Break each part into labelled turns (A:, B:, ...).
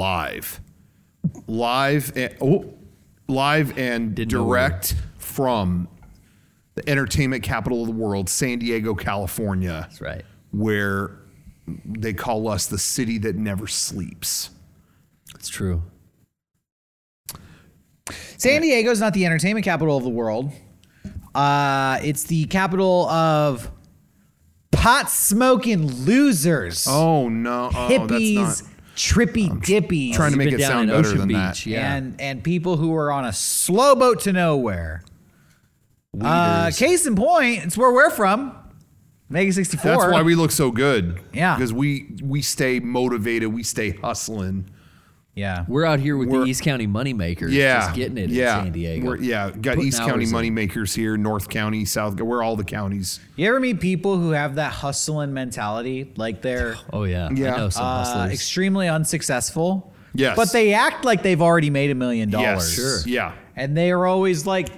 A: live, live and oh, live and
B: Didn't know we were-
A: direct from the entertainment capital of the world, San Diego, California.
B: That's right.
A: Where they call us the city that never sleeps.
B: It's true.
C: San Diego is not the entertainment capital of the world. Uh, it's the capital of pot smoking losers,
A: Oh no, oh,
C: hippies,
A: that's not
C: trippy dippies,
A: trying to make
B: Been
A: it
B: down
A: sound
B: in
A: better
B: Ocean
A: than
B: Beach,
A: that.
B: Yeah.
C: and and people who are on a slow boat to nowhere. Uh,
B: Weeders.
C: case in point, it's where we're from, Mega sixty four.
A: That's why we look so good.
C: Yeah.
A: because we we stay motivated, we stay hustling.
C: yeah.
B: We're out here with the
A: We're-
B: East County moneymakers.
A: Yeah,
B: Just getting it
A: yeah.
B: in San Diego.
A: We're- yeah, got
B: Putting
A: East County
B: hours in.
A: moneymakers here, North County, South. We're all the counties.
C: You ever meet people who have that hustling mentality, like they're
B: Oh, yeah.
A: Yeah.
B: I know some
C: uh,
B: hustlers.
C: extremely unsuccessful?
A: Yes.
C: but they act like they've already made a million dollars.
A: Yes, yeah.
C: and they are always like,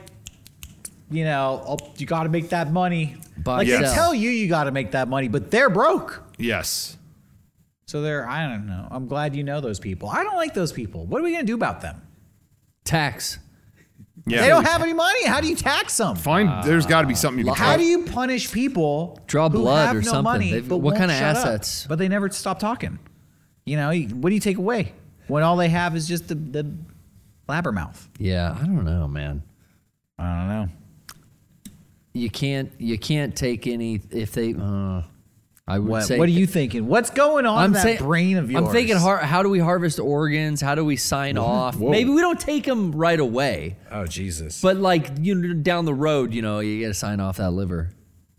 C: you know, oh, you got to make that money.
B: Buy,
C: like they
A: Yes.
C: tell you you got to make that money, but they're broke.
A: Yes.
C: So they're I don't know. I'm glad you know those people. I don't like those people. What are we gonna do about them?
B: Tax.
A: Yeah.
C: They don't have any money. How do you tax them?
A: Fine. there's got to be something you can
C: How
A: try.
C: do you punish people?
B: Draw
C: who
B: blood
C: have
B: or
C: no
B: something.
C: Money,
B: They've-
C: but
B: what
C: won't
B: kind of
C: shut up?
B: assets?
C: but they never stop talking. You know, you- what do you take away when all they have is just the, the blabbermouth?
B: Yeah. I don't know, man.
C: I don't know.
B: You can't. You can't take any. If they. Uh, I would
C: What,
B: say.
C: what are you thinking? What's going on in that
B: saying-
C: brain of yours? Mm-hmm.
B: I'm thinking, har- how do we harvest organs? How do we sign off? Maybe we don't take them right away,
C: Oh Jesus!
B: but like you know, down the road, you know, you got to sign off that liver.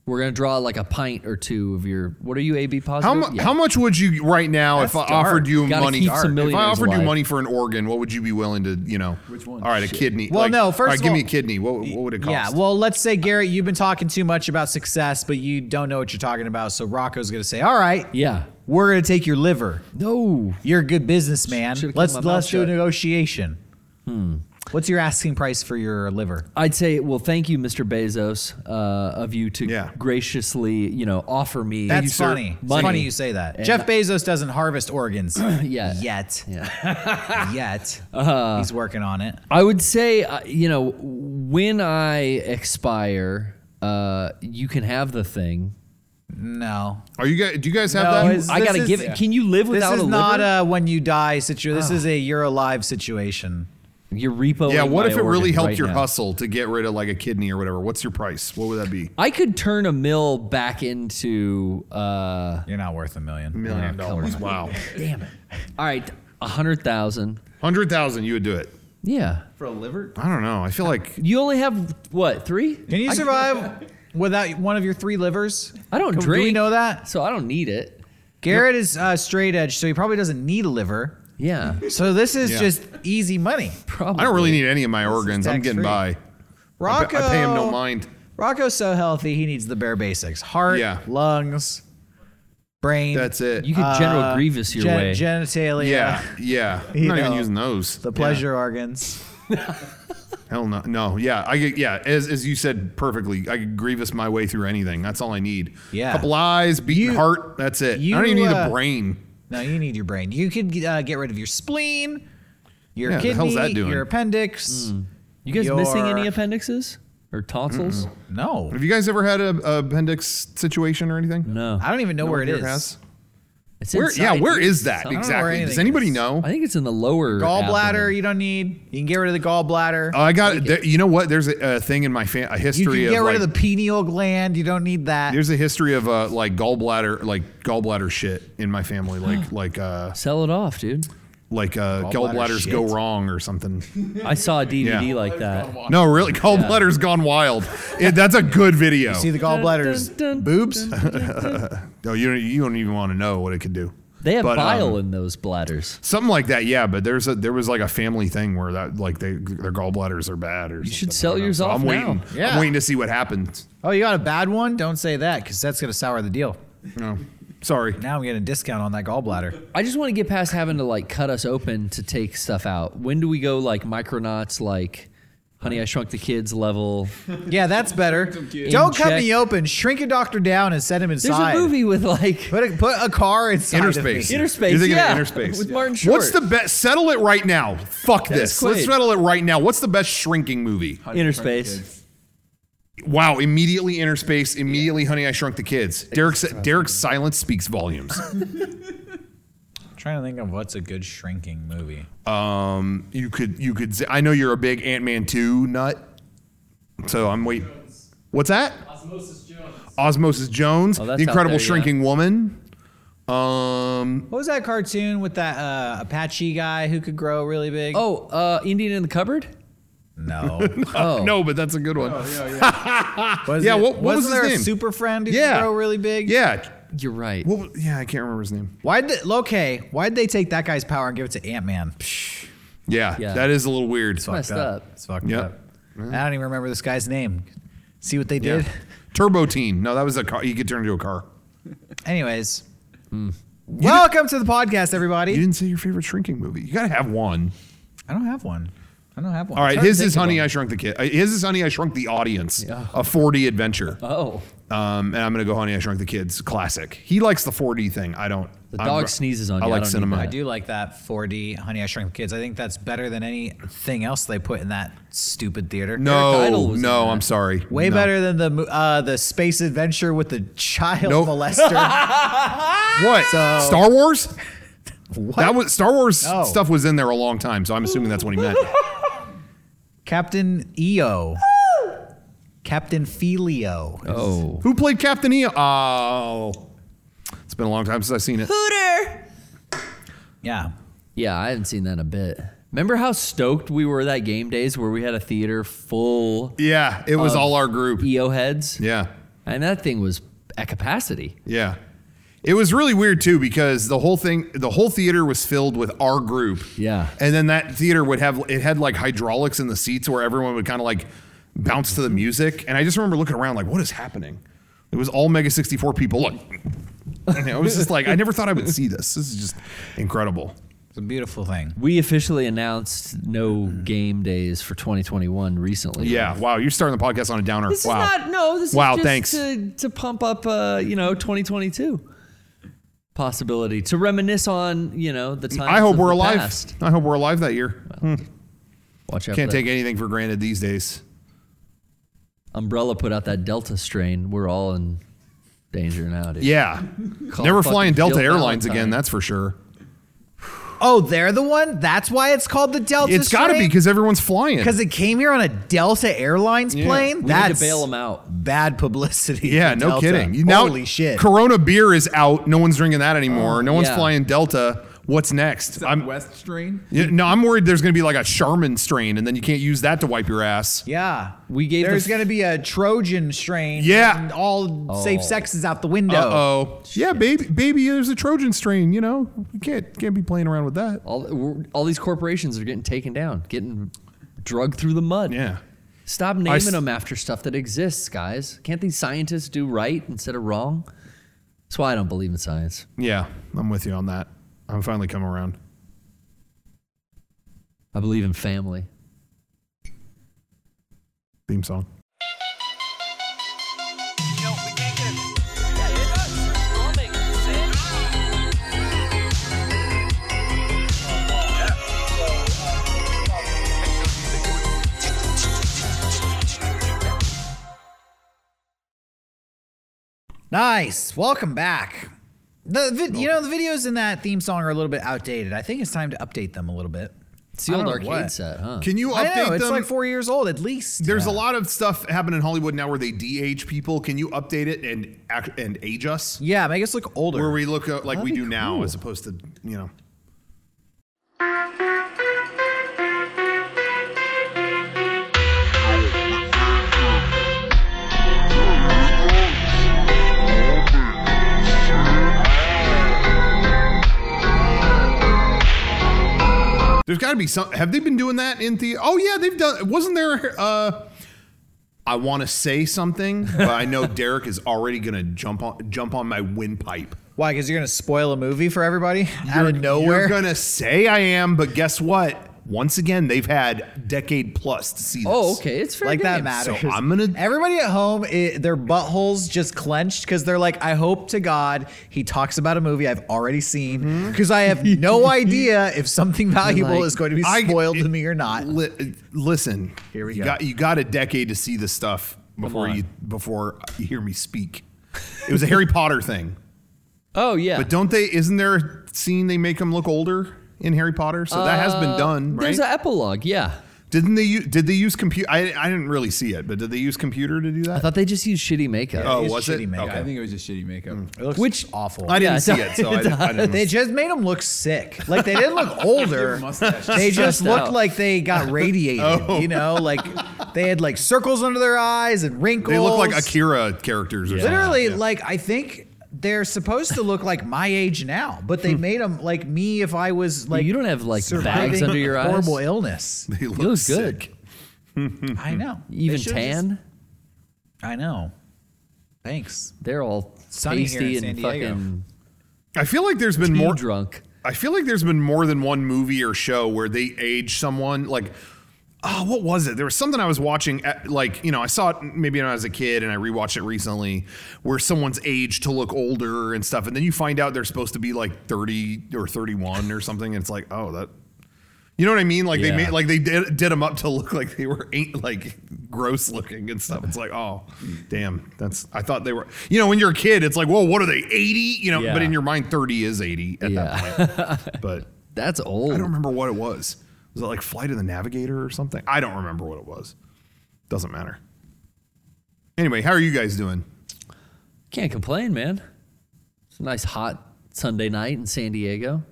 B: We're gonna draw like a pint or two of your. What are you AB positive?
A: How, mu-
B: Yeah.
A: how much would you right now if I
C: That's
A: offered
C: dark.
A: you
B: Gotta
A: money?
B: keep some
A: if I
B: millionaires
A: offered you
B: alive.
A: money for an organ, what would you be willing to, you know? Which one? All right, a kidney.
C: Well,
A: like-
C: no,
A: all
C: first
A: right,
C: of
A: give me a
C: all-
A: kidney. What, what would it cost?
C: Yeah, well, let's say Garrett, you've been talking too much about success, but you don't know what you're talking about. So Rocco's gonna say, "All right,
B: Yeah.
C: we're gonna take your liver.
B: No.
C: You're a good businessman.
B: Should've kept
C: Let's
B: my mouth
C: let's do a
B: shut." Hmm.
C: negotiation. What's your asking price for your liver?
B: I'd say, well, thank you, Mr. Bezos, uh, of you to
A: Yeah.
B: graciously, you know, offer me.
C: That's
A: sir.
C: funny. It's
B: Money.
C: funny you say that.
B: And-
C: Jeff Bezos doesn't harvest organs
B: Yeah. Uh-huh.
C: yet. yet. He's working on it.
B: I would say, uh, you know, when I expire, uh, you can have the thing.
C: No.
A: Are you guys? Do you guys have
C: No,
A: that?
C: it's-
B: I
C: This
B: gotta
C: is-
B: give it. Can you live
C: This
B: without
C: is
B: a
C: not
B: liver? Ah.
C: a when you die situation. This is a you're alive situation.
B: Your repo.
A: yeah. What
B: my
A: if it really
B: organs
A: helped
B: right
A: your
B: now.
A: hustle to get rid of like a kidney or whatever? What's your price? What would that
C: Oh,
A: be?
B: I could turn a mill back into. Uh,
C: You're not worth a million.
A: Million dollars. Wow.
B: damn it. All right, a hundred thousand.
A: Hundred thousand. You would do it.
B: Yeah.
D: for a liver?
A: I don't know. I feel like
B: You only have what three?
C: Can you survive without one of your three livers?
B: I don't
C: Can-
B: drink.
C: Do we know that?
B: So I don't need it.
C: Garrett is uh, straight edge, so he probably doesn't need a liver.
B: Yeah.
C: So this is
A: Yeah.
C: just easy money.
B: Probably.
A: I don't really need any of my organs. I'm
C: tax
A: getting
C: free.
A: by. I
C: Rocco,
A: pay- I pay him no mind.
C: Rocco's so healthy, he needs the bare basics: heart,
A: Yeah.
C: lungs, brain. uh,
A: That's it.
B: You could General Grievous your
C: gen-
B: way.
C: Genitalia.
A: yeah, yeah. I'm
C: You
A: not even
C: know,
A: using those.
C: The
A: Yeah.
C: pleasure organs.
A: Hell no. No. Yeah. I get. Yeah. As, as you said perfectly, I could grievous my way through anything. That's all I need.
C: Yeah.
A: Couple eyes, beating
C: You-
A: heart. That's it. I don't
C: you,
A: even need
C: uh,
A: the brain.
C: No, you need your brain. You could uh, get rid of your spleen, your
A: Yeah,
C: kidney,
A: the hell's that doing?
C: your appendix.
B: Hmm. You guys missing any
C: your-
B: appendixes or tonsils?
C: No,
A: Have you guys ever had a, a appendix situation or anything?
B: No.
C: I don't even know where it
A: one
C: is.
A: here has?
B: It's
A: Where? Yeah.
B: inside
A: Where
B: you.
A: is that
B: Some-
C: know where
A: exactly? Does
C: anything
A: anybody
C: is.
A: know?
B: I think it's in the lower
C: Gallbladder,
B: abdomen.
C: you don't need. You can get rid of the gallbladder.
A: Oh, I got. There, you know what? There's a, a thing in my fan, a
C: you can
A: history
C: get
A: of
C: rid
A: like,
C: of the pineal gland. You don't need that.
A: there's a history of uh, like gallbladder like gallbladder shit in my family. Like like uh,
B: Sell it off, dude.
A: like uh,
C: Gallbladder
A: gallbladders go
C: shit.
A: wrong or something.
B: I saw a DVD
A: Yeah.
B: like that.
A: No, really, gallbladder's gone wild. It, that's a good video.
C: See the gallbladder's
B: Dun, dun,
C: boobs.
A: no, you don't, you don't even want to know what it could do.
B: They have
A: But, um,
B: bile in those bladders.
A: Something like that, yeah. But there's a there was like a family thing where that like they their gallbladders are bad or you
B: should sell yours off
A: I'm
B: now.
A: waiting.
C: Yeah.
A: I'm waiting to see what happens.
C: Oh, you got a bad one? Don't say that because that's going to sour the deal.
A: No, sorry.
C: Now I'm getting a discount on that gallbladder.
B: I just want to get past having to like cut us open to take stuff out. When do we go like micronauts, like
E: Honey, I Shrunk the Kids level.
B: Yeah, that's better.
C: kids.
B: Don't cut
E: Inject-
B: me open. Shrink a doctor down and set him
E: There's
B: inside.
E: a movie with like
B: Put a, put a car inside of
A: Interspace.
B: me.
E: Interspace.
A: You're thinking of
E: yeah,
A: Interspace.
E: with
A: Yeah.
E: Martin Short.
A: What's the best? Settle it right now. Fuck this. Let's
E: Quaid.
A: settle it right now. What's the best shrinking movie?
E: Interspace.
A: Wow! Immediately Interspace. Immediately Honey I Shrunk the Kids. Derek's Derek's silence speaks volumes.
C: trying to think of what's a good shrinking movie.
A: Um, you could you could. say- I know you're a big Ant Man two nut, so I'm wait. What's that?
F: Osmosis Jones.
A: Osmosis Jones,
E: Oh,
A: The
E: that's out
A: Incredible
E: there, yeah.
A: Shrinking Woman. Um,
B: What was that cartoon with that uh, Apache guy who could grow really big?
E: Oh, uh, Indian in the cupboard.
C: No.
E: Oh
A: uh, no, but that's a good one.
B: Was
A: yeah, what- what was
B: wasn't
A: his
B: there
A: name?
B: a super friend who
A: Yeah.
B: could grow really big?
A: Yeah,
E: You're right.
A: what, was- yeah, I can't remember his name.
B: Why'd they, okay? Why'd they take that guy's power and give it to Ant Man?
A: Yeah,
E: Yeah.
A: that is a little weird.
E: messed up.
B: It's fucked
A: Yep.
B: up. I don't even remember this guy's name. See what they
A: Yeah.
B: did?
A: Turbo Teen. No, that was a car. You could turn into a car.
B: Anyways, welcome to the podcast, everybody.
A: Hmm. You didn't say your favorite shrinking movie. You gotta have one.
C: I don't have one. I don't have one.
A: All right,
C: Sorry.
A: his is Honey I Shrunk the Kid. uh, His is Honey I Shrunk the Audience. A 4D adventure.
E: Oh,
A: Um, and I'm gonna go Honey I Shrunk the Kids classic. He likes the 4D thing. I don't.
E: The
A: I'm-
E: dog sneezes on
A: I
E: you. I
A: like
E: don't need
A: cinema.
E: that.
C: I
E: Yeah.
C: do like that 4D Honey I Shrunk the Kids. I think that's better than anything else they put in that stupid theater.
E: Eric Idle
A: No,
E: was in
A: no,
E: that.
A: I'm sorry.
B: Way
A: No.
B: better than the mo- uh, the space adventure with the child
A: Nope.
B: molester.
A: What? Star Wars?
B: What?
A: That was Star Wars
B: No.
A: stuff was in there a long time, so I'm assuming that's what he meant.
B: Captain
C: E
B: EO. Captain Filio.
E: oh.
A: Who played Captain EO? Oh, it's been a long time since I've seen it.
C: Yeah.
E: Yeah, I haven't seen that in a bit. Remember how stoked we were that game days where we had a theater full
A: Yeah, it
E: Um,
A: was all our group.
E: EO heads?
A: Yeah,
E: And that thing was at capacity.
A: yeah. It was really weird too because the whole thing, the whole theater was filled with our group.
E: Yeah.
A: And then that theater would have it had like hydraulics in the seats where everyone would kind of like bounce to the music. And I just remember looking around like, what is happening? It was all Mega 64 people. Look, and I was just like, I never thought I would see this. This is just incredible.
C: It's a beautiful thing.
E: We officially announced no
A: Mm-hmm.
E: game days for 2021 recently.
A: Yeah. Wow. You're starting the podcast on a downer.
E: This
A: wow.
E: is not no. This
A: Wow,
E: is just
A: thanks.
E: to to pump up uh, you know 2022 possibility to reminisce on you know the time.
A: Mm, I hope we're alive.
E: Past.
A: I hope we're alive that year.
E: Watch
A: Can't
E: out! for that.
A: take anything for granted these days.
E: Umbrella put out that Delta strain. We're all in danger now, dude.
A: Yeah.
E: Call
A: Never
E: fucking
A: flying Delta
E: Jill
A: Airlines
E: Valentine.
A: again, that's for sure.
B: Oh, they're the one? That's why it's called the Delta
A: It's got to be because everyone's flying.
B: Because it came here on a Delta Airlines plane?
E: we
B: That's
E: need to bail them out.
B: bad publicity.
A: yeah,
B: for
A: no
B: Delta.
A: kidding. You-
B: Holy shit. Oh,
A: Corona beer is out. No one's drinking that anymore. no one's
E: yeah.
A: flying Delta. What's next? I'm
C: West Strain?
A: Yeah, no, I'm worried there's going to be like a Charmin strain, and then you can't use that to wipe your ass.
B: yeah.
E: We gave
B: There's
E: the- Oh.
B: going to be a Trojan strain.
A: Yeah.
B: And all safe sex is out the window.
A: Uh oh. Yeah, baby, baby, there's a Trojan strain. You know, you can't can't be playing around with that.
E: All we're, all these corporations are getting taken down, getting drugged through the mud.
A: Yeah.
E: Stop naming
A: s-
E: them after stuff that exists, guys. Can't these scientists do right instead of wrong? That's why I don't believe in science.
A: Yeah, I'm with you on that. I'm finally coming around.
E: I believe in family.
A: Theme song.
G: No, we can't get it. Yeah, it does. Drumming,
B: Nice. Welcome back. The vid- you know the videos in that theme song are a little bit outdated. I think it's time to update them a little bit.
E: It's the
B: I
E: old
B: don't know
E: arcade
B: what.
E: set, huh?
A: Can you update
B: I know it's
A: them?
B: like four years old at least.
A: There's a lot of stuff happening in Hollywood now where they de-age people. Can you update it and act- and age us?
B: yeah, make us look older.
A: Where we look uh, like we
E: That'd
A: do
E: be
A: now,
E: cool.
A: as opposed to you know. There's got to be some. Have they been doing that in the? Oh yeah, they've done. Wasn't there? Uh, I want to say something, but I know Derek is already gonna jump on jump on my windpipe.
B: Why? Because you're gonna spoil a movie for everybody out of
A: You're
B: nowhere.
A: gonna say I am, but guess what? Once again, they've had decade plus to see this.
E: Oh, okay. It's fair
C: Like that
E: game.
C: matters.
A: So I'm gonna-
C: Everybody at home, i their buttholes just clenched because they're like, I hope to God he talks about a movie I've already seen because I have no idea if something valuable
E: like,
C: is going to be
A: I-
C: spoiled to
A: it-
C: me or not.
A: Li- listen,
C: Here we
A: you
C: go.
A: Got, you got a decade to see this stuff before
E: on.
A: you before you hear me speak. It was a Harry Potter thing,
E: Oh yeah.
A: but don't they? Isn't there a scene they make them look older in Harry Potter? So that has been done, right?
E: There's an epilogue. Yeah.
A: Didn't they? u- Did they use computer? I, I didn't really see it, but did they use computer to do
E: I
A: that?
E: thought they just used shitty makeup.
A: oh,
C: It's
A: was it?
C: shitty makeup.
A: Okay.
F: I think it was just shitty makeup.
A: Hmm.
C: It looks
E: Which-
C: awful.
A: Oh, I didn't
E: Yeah,
A: see
E: it
A: it, so I, I didn't.
C: they just made him look sick. Like they didn't look older.
F: Mustache.
C: They just
E: Stressed
C: looked
E: out.
C: like they got radiated.
A: Oh.
C: You know, like they had like circles under their eyes and wrinkles.
A: They look like Akira characters or something.
C: Literally, like I think they're supposed to look like my age now, but
A: Hmm.
C: they made them like me if I was like.
E: you don't have like
C: surviving
E: bags under your eyes.
C: Horrible illness.
A: They
E: You look good.
A: sick.
C: I know. They
E: Even
C: should've
E: tan.
C: just- I know. Thanks.
E: They're all
C: Sunny here
E: tasty
C: in
E: and
C: San Diego.
E: fucking
A: I feel like there's been more.
E: more drunk.
A: I feel like there's been more than one movie or show where they age someone. Like, oh, what was it? There was something I was watching. At, like, you know, I saw it maybe when I was a kid, and I rewatched it recently, where someone's aged to look older and stuff, and then you find out they're supposed to be like 30 or 31 or something, and it's like, oh, that. You know what I mean? Like they
E: Yeah.
A: made, like they did, did them up to look like they were ain't like gross looking and stuff. It's like, oh, damn, that's. I thought they were. You know, when you're a kid, it's like, whoa, what are they? 80? You know, but
E: Yeah.
A: in your mind, 30 is 80 at that
E: Yeah.
A: but
E: That's old.
A: I don't remember what it was. Was it like Flight of the Navigator or something? I don't remember what it was. Doesn't matter. Anyway, how are you guys doing?
E: Can't complain, man. It's a nice hot Sunday night in San Diego.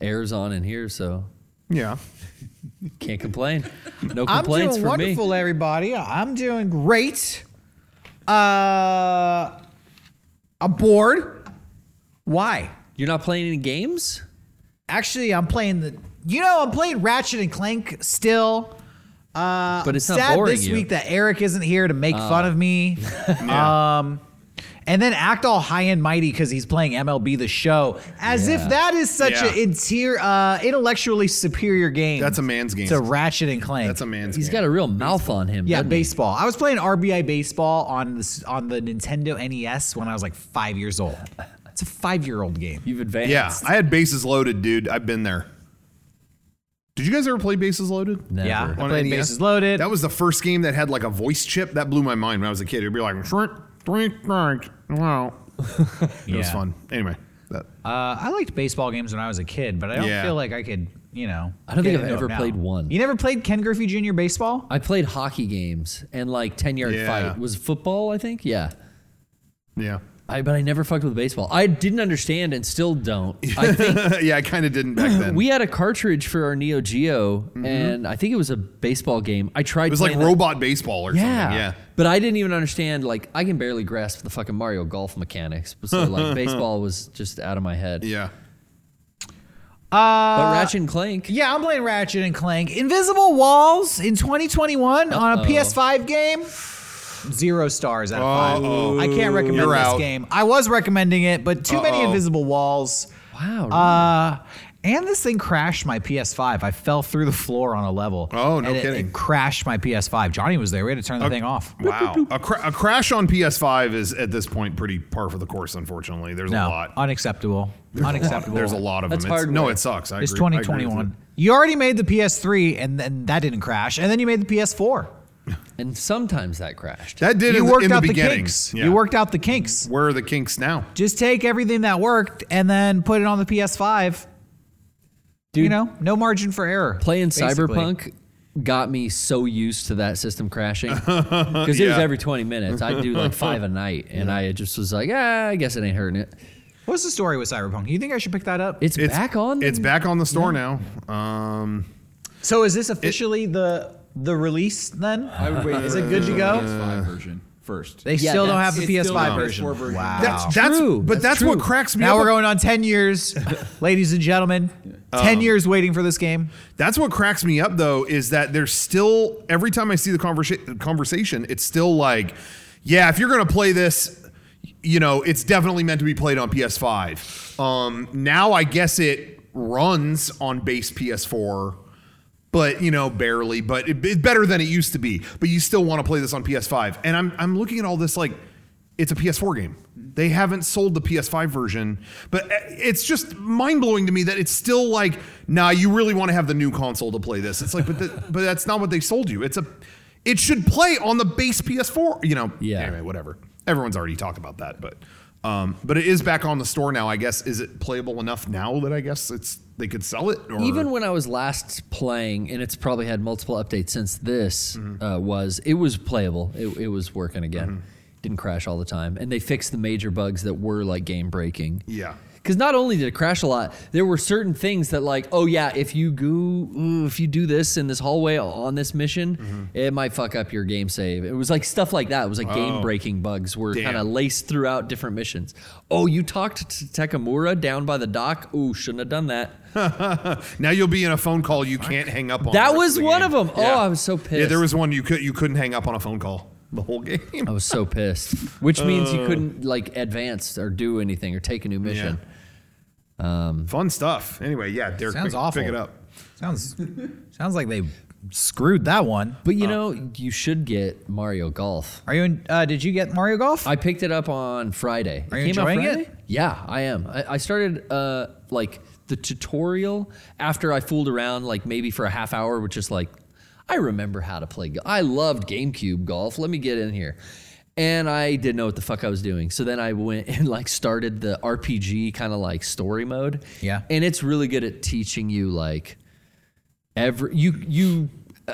E: Air's on in here, so
A: Yeah.
E: can't complain. No
B: I'm
E: complaints
B: doing
E: for
B: wonderful,
E: me.
B: everybody. I'm doing great. Uh, I'm bored. Why?
E: You're not playing any games?
B: Actually, I'm playing the. You know, I'm playing Ratchet and Clank still. Uh,
E: But it's
B: I'm
E: not
B: sad
E: boring
B: this
E: you. Uh.
B: week that Eric isn't here to make fun of me.
A: Uh,
B: Um,
C: And then act all high and mighty because he's playing MLB the show, as if that is such
A: Yeah.
C: an interior, uh, intellectually superior game.
A: That's a man's game.
C: It's a ratchet and clank.
A: That's a man's
E: He's
A: game.
E: got a real mouth on him.
C: Yeah,
E: doesn't he?
C: baseball. I was playing RBI baseball on this on the Nintendo NES when I was like five years old. It's a five year old game.
E: You've advanced.
A: yeah. I had bases loaded, dude. I've been there. Did you guys ever play Bases Loaded?
E: Never.
C: Yeah, I
A: On
C: played
A: NES?
C: bases loaded.
A: That was the first game that had like a voice chip. That blew my mind when I was a kid. It'd be like shrink, shrink, shrink. Wow. It was
C: Yeah.
A: fun. Anyway, that
C: Uh, I liked baseball games when I was a kid, but I don't
A: Yeah.
C: feel like I could, you know.
E: I don't
C: get
E: think I've
C: into
E: ever
C: it now.
E: played one.
C: You never played Ken Griffey Jr. baseball?
E: I played hockey games and like 10 yard
A: Yeah.
E: fight. Was it football, I think? Yeah.
A: yeah.
E: I, but I never fucked with baseball. I didn't understand and still don't. I think
A: yeah, I kind of didn't back then.
E: we had a cartridge for our Neo Geo, and I think it was a baseball game. I tried.
A: It was like
E: playing that-
A: robot baseball or
E: Yeah.
A: something. Yeah.
E: But I didn't even understand. Like, I can barely grasp the fucking Mario Golf mechanics. So like, baseball was just out of my head.
A: Yeah.
E: But Ratchet and Clank.
C: Yeah, I'm playing Ratchet and Clank. Invisible Walls in 2021 on a
E: Uh-oh.
C: PS5 game. Zero stars out of 5
A: Uh-oh.
C: I can't recommend
A: You're
C: this
A: out.
C: game. I was recommending it, but too many
A: Uh-oh.
C: invisible walls.
E: Wow. Oh, really?
C: Uh, and this thing crashed my PS5. I fell through the floor on a level.
A: Oh, no
C: and it-
A: kidding.
C: It crashed my PS5. Johnny was there. We had to turn the thing off.
A: Wow. A, cra- a crash on PS5 is at this point pretty par for the course, unfortunately. There's a
C: No,
A: lot.
C: unacceptable. Unacceptable.
A: There's a lot of
E: That's
A: them. It's-
E: hardware.
A: no, it sucks. I
C: It's
A: agree. I agree with
C: 2021. You already made the PS3, and then that didn't crash. And then you made the PS4.
E: and sometimes that crashed.
A: That That did
C: you
A: in,
C: worked
A: in
C: out
A: the
C: the,
A: beginning.
C: kinks.
A: Yeah.
C: You worked out the kinks.
A: Where are the kinks now?
C: Just take everything that worked and then put it on the PS5. you
E: Dude.
C: know, no margin for error.
E: Playing
C: basically.
E: Cyberpunk got me so used to that system crashing because it was
A: Yeah.
E: every 20 minutes. I'd do like five a night, and I just was like, ah, I guess it ain't hurting it.
C: What's the story with Cyberpunk? You think I should pick that up?
E: It's, back on.
A: It's back on the store now. Um,
C: so is this officially the the release then?
F: I would wait. Is
C: it good to go?
A: Uh,
F: PS5 version first.
C: They
E: Yeah,
C: still don't
E: that's-
C: have the
F: It's still
C: PS5
F: the
C: version.
F: PS4 version.
C: Wow.
A: that's, that's
E: true.
A: But that's,
E: That's
A: what
E: true.
A: cracks me
C: now
A: up.
C: we're going on 10 years, ladies and gentlemen.
A: Um,
C: 10 years waiting for this game.
A: That's what cracks me up though is that there's still every time I see the conversa- conversation, it's still like, yeah, if you're gonna play this, you know, it's definitely meant to be played on PS5. Um, now I guess it runs on base PS4, but you know barely. But it, it's better than it used to be. But you still want to play this on PS5. And I'm I'm looking at all this like it's a PS4 game. They haven't sold the PS5 version, but eh, it's just mind blowing to me that it's still like, nah, you really want to have the new console to play this. It's like, but the, but that's not what they sold you. It's a, it should play on the base PS4. You know,
E: Yeah.
A: Anyway, whatever. Everyone's already talked about that, but um, but it is back on the store now. I guess is it playable enough now that I guess it's they could sell it or
E: Even when I was last playing, and it's probably had multiple updates since this uh, was, it was playable. It, it was working again. Didn't crash all the time, and they fixed the major bugs that were like game breaking.
A: yeah.
E: Because not only did it crash a lot, there were certain things that, like, oh yeah, if you go, ooh, if you do this in this hallway on this mission,
A: Mm-hmm.
E: it might fuck up your game save. It was like stuff like that. It was like game breaking bugs were
A: Damn.
E: kind of laced throughout different missions. Oh, you talked to Takamura down by the dock. Ooh, shouldn't have done that.
A: Now you'll be in a phone call you can't hang up on. the
E: That
A: rest
E: was
A: of the
E: one
A: game.
E: of 'em. Oh, I was so
A: Yeah,
E: pissed.
A: there was one you could you couldn't hang up on a phone call the whole game.
E: I was so pissed, which means
A: Uh.
E: you couldn't like advance or do anything or take a new mission.
A: Fun stuff. Anyway, yeah, Derek,
C: Sounds
A: pick,
C: awful.
A: pick it up.
C: Sounds sounds like they screwed that one.
E: But
A: Uh.
E: you know, you should get Mario Golf.
C: Are you? In, uh, did you get Mario Golf?
E: I picked it up on Friday.
C: Are
E: it
C: you
E: came out
C: enjoying
E: Friday?
C: it?
E: Yeah, I am. I, I started uh, like the tutorial after I fooled around like maybe for a half hour, which is like I remember how to play. Go- I loved GameCube golf. Let me get in here. And I didn't know what the fuck I was doing. So then I went and like started the RPG kind of like story mode.
C: Yeah.
E: And it's really good at teaching you like every you you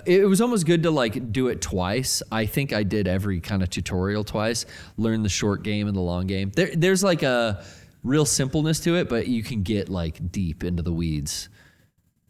E: it was almost good to like do it twice. I think I did every kind of tutorial twice. Learn the short game and the long game. There, there's like a real simpleness to it, but you can get like deep into the weeds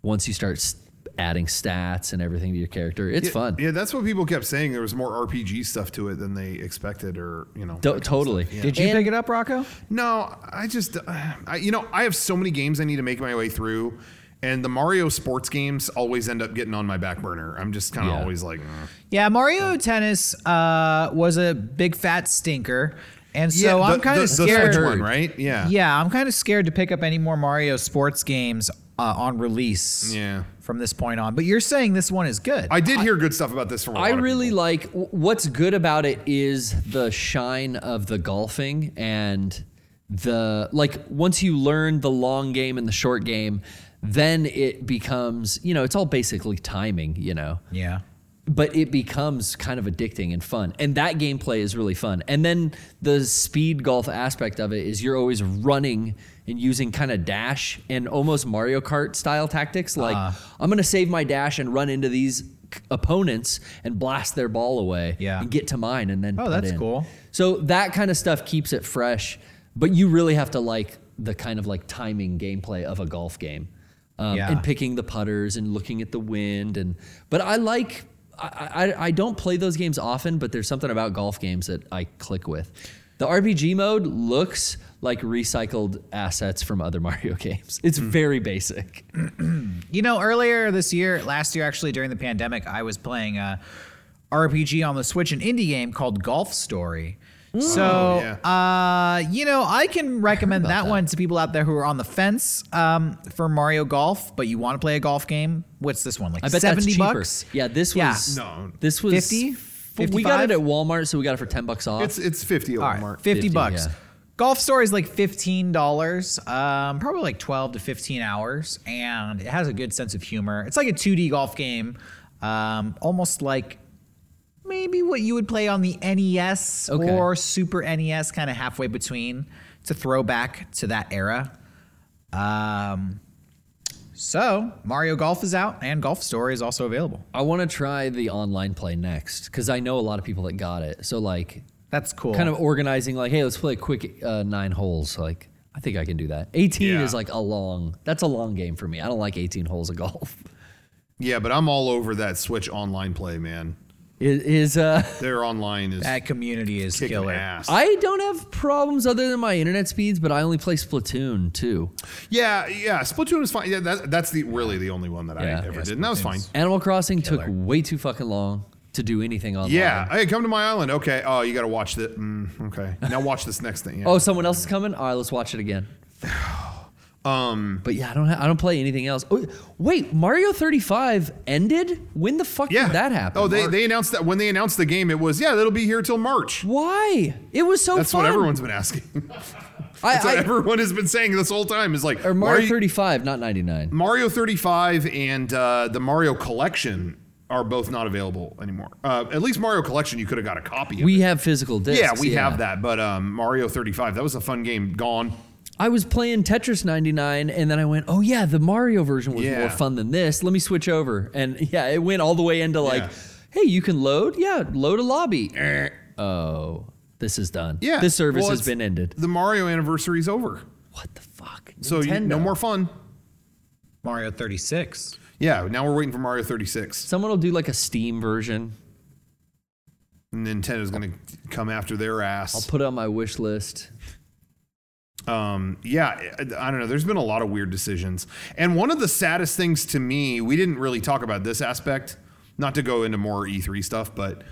E: once you start s- adding stats and everything to your character. It's fun.
A: Yeah, that's what people kept saying. There was more RPG stuff to it than they expected, or you know.
E: Do- totally.
C: did you
E: And-
C: pick it up, Rocco?
A: No, I just, uh, I, you know, I have so many games I need to make my way through, and the Mario sports games always end up getting on my back burner. I'm just kind of
E: Yeah.
A: always like, eh.
C: Yeah, Mario Tennis uh, was a big fat stinker, and so
A: Yeah,
C: I'm
A: the-
C: kind
A: the-
C: of scared.
A: The Switch one, right? Yeah.
C: Yeah, I'm kind of scared to pick up any more Mario sports games uh, on release.
A: Yeah.
C: From this point on, but you're saying this one is good.
A: I did hear good stuff about this from. I
E: I really like w- what's good about it is the shine of the golfing and the like once you learn the long game and the short game then it becomes you know it's all basically timing you know
C: yeah.
E: but it becomes kind of addicting and fun. And that gameplay is really fun. And then the speed golf aspect of it is you're always running and using kind of dash and almost Mario Kart style tactics. Like,
C: Ah.
E: I'm going to save my dash and run into these c- opponents and blast their ball away
C: Yeah.
E: and get to mine and then
C: Oh,
E: putt
C: that's
E: in.
C: cool.
E: So that kind of stuff keeps it fresh, but you really have to like the kind of like timing gameplay of a golf game, um,
C: Yeah.
E: and picking the putters and looking at the wind and. But I like. I, I, I don't play those games often, but there's something about golf games that I click with. The RPG mode looks like recycled assets from other Mario games. It's
C: Hmm.
E: very basic.
C: You know, earlier this year, last year actually during the pandemic, I was playing uh, a RPG on the Switch, an indie game called Golf Story.
A: Oh,
C: So, uh, you know, I can recommend that, one to people out there who are on the fence um, for Mario Golf, but you want to play a golf game. What's this one? Like
E: I bet
C: 70
E: that's cheaper.
C: bucks?
E: Yeah, this
C: Yeah.
E: was
A: No.
E: This was
C: 50?
E: We got it
C: 55?
E: at Walmart, so we got it for ten bucks off.
A: It's it's fifty
C: All
A: over
C: right,
A: mark.
C: 50,
E: 50,
C: bucks.
E: yeah.
C: Golf Story is like $15, um, probably like 12 to 15 hours, and it has a good sense of humor. It's like a 2D golf game, um, almost like maybe what you would play on the NES
E: Okay.
C: or Super NES, kind of halfway between. It's a throwback to that era. Um, so, Mario Golf is out, and Golf Story is also available.
E: I want to try the online play next because I know a lot of people that got it. So like,
C: That's cool.
E: kind of organizing like, hey, let's play a quick uh, nine holes. Like, I think I can do that. Eighteen
A: Yeah.
E: is like a long. That's a long game for me. I don't like eighteen holes of golf.
A: Yeah, but I'm all over that Switch online play, man.
E: Is, is uh,
A: Their online is
C: that community is
A: kicking
C: killer.
A: ass.
E: I don't have problems other than my internet speeds, but I only play Splatoon too.
A: yeah, yeah. Splatoon is fine. Yeah, that, that's the really the only one that
E: Yeah.
A: I ever
E: Yeah,
A: did, and that was fine.
E: Animal Crossing took way too fucking long to do anything online.
A: Yeah. Hey, come to my island. Okay. Oh, you got to watch that. Mm, okay. Now watch this next thing. Yeah.
E: Oh, someone else is coming. All right, let's watch it again.
A: Um,
E: But yeah, I don't. Ha- I don't play anything else. Oh, wait, Mario 35 ended. When the fuck
A: Yeah,
E: did that happen?
A: Oh, they,
E: Mark?
A: they announced that when they announced the game, it was yeah, it'll be here till March.
E: Why? It was so
A: That's
E: fun.
A: what everyone's been asking.
E: I,
A: That's what
E: I-
A: everyone has been saying this whole time. Is like why
E: or
A: are
E: Mario
A: you-
E: 35, not 99.
A: Mario 35 and uh, the Mario Collection are both not available anymore. Uh, at least Mario Collection, you could have got a copy. Of
E: We
A: it.
E: have physical discs.
A: yeah, we have that. But um, Mario 35, that was a fun game. Gone.
E: I was playing Tetris 99, and then I went, oh yeah, the Mario version was
A: Yeah.
E: more fun than this. Let me switch over. And yeah, it went all the way into like,
A: Yeah.
E: hey, you can load. Yeah, load a lobby. Eh. oh, this is done.
A: Yeah,
E: this service
A: Well,
E: has
A: it's-
E: been ended.
A: The Mario anniversary is over,
E: What the fuck?
A: so you,
E: Nintendo.
A: no more fun.
C: Mario 36.
A: Yeah, now we're waiting for Mario 36.
E: Someone will do like a Steam version.
A: Nintendo's gonna come after their ass.
E: I'll put it on my wish list.
A: um, yeah, I I don't know. There's been a lot of weird decisions. And one of the saddest things to me, we didn't really talk about this aspect, not to go into more E3 stuff, but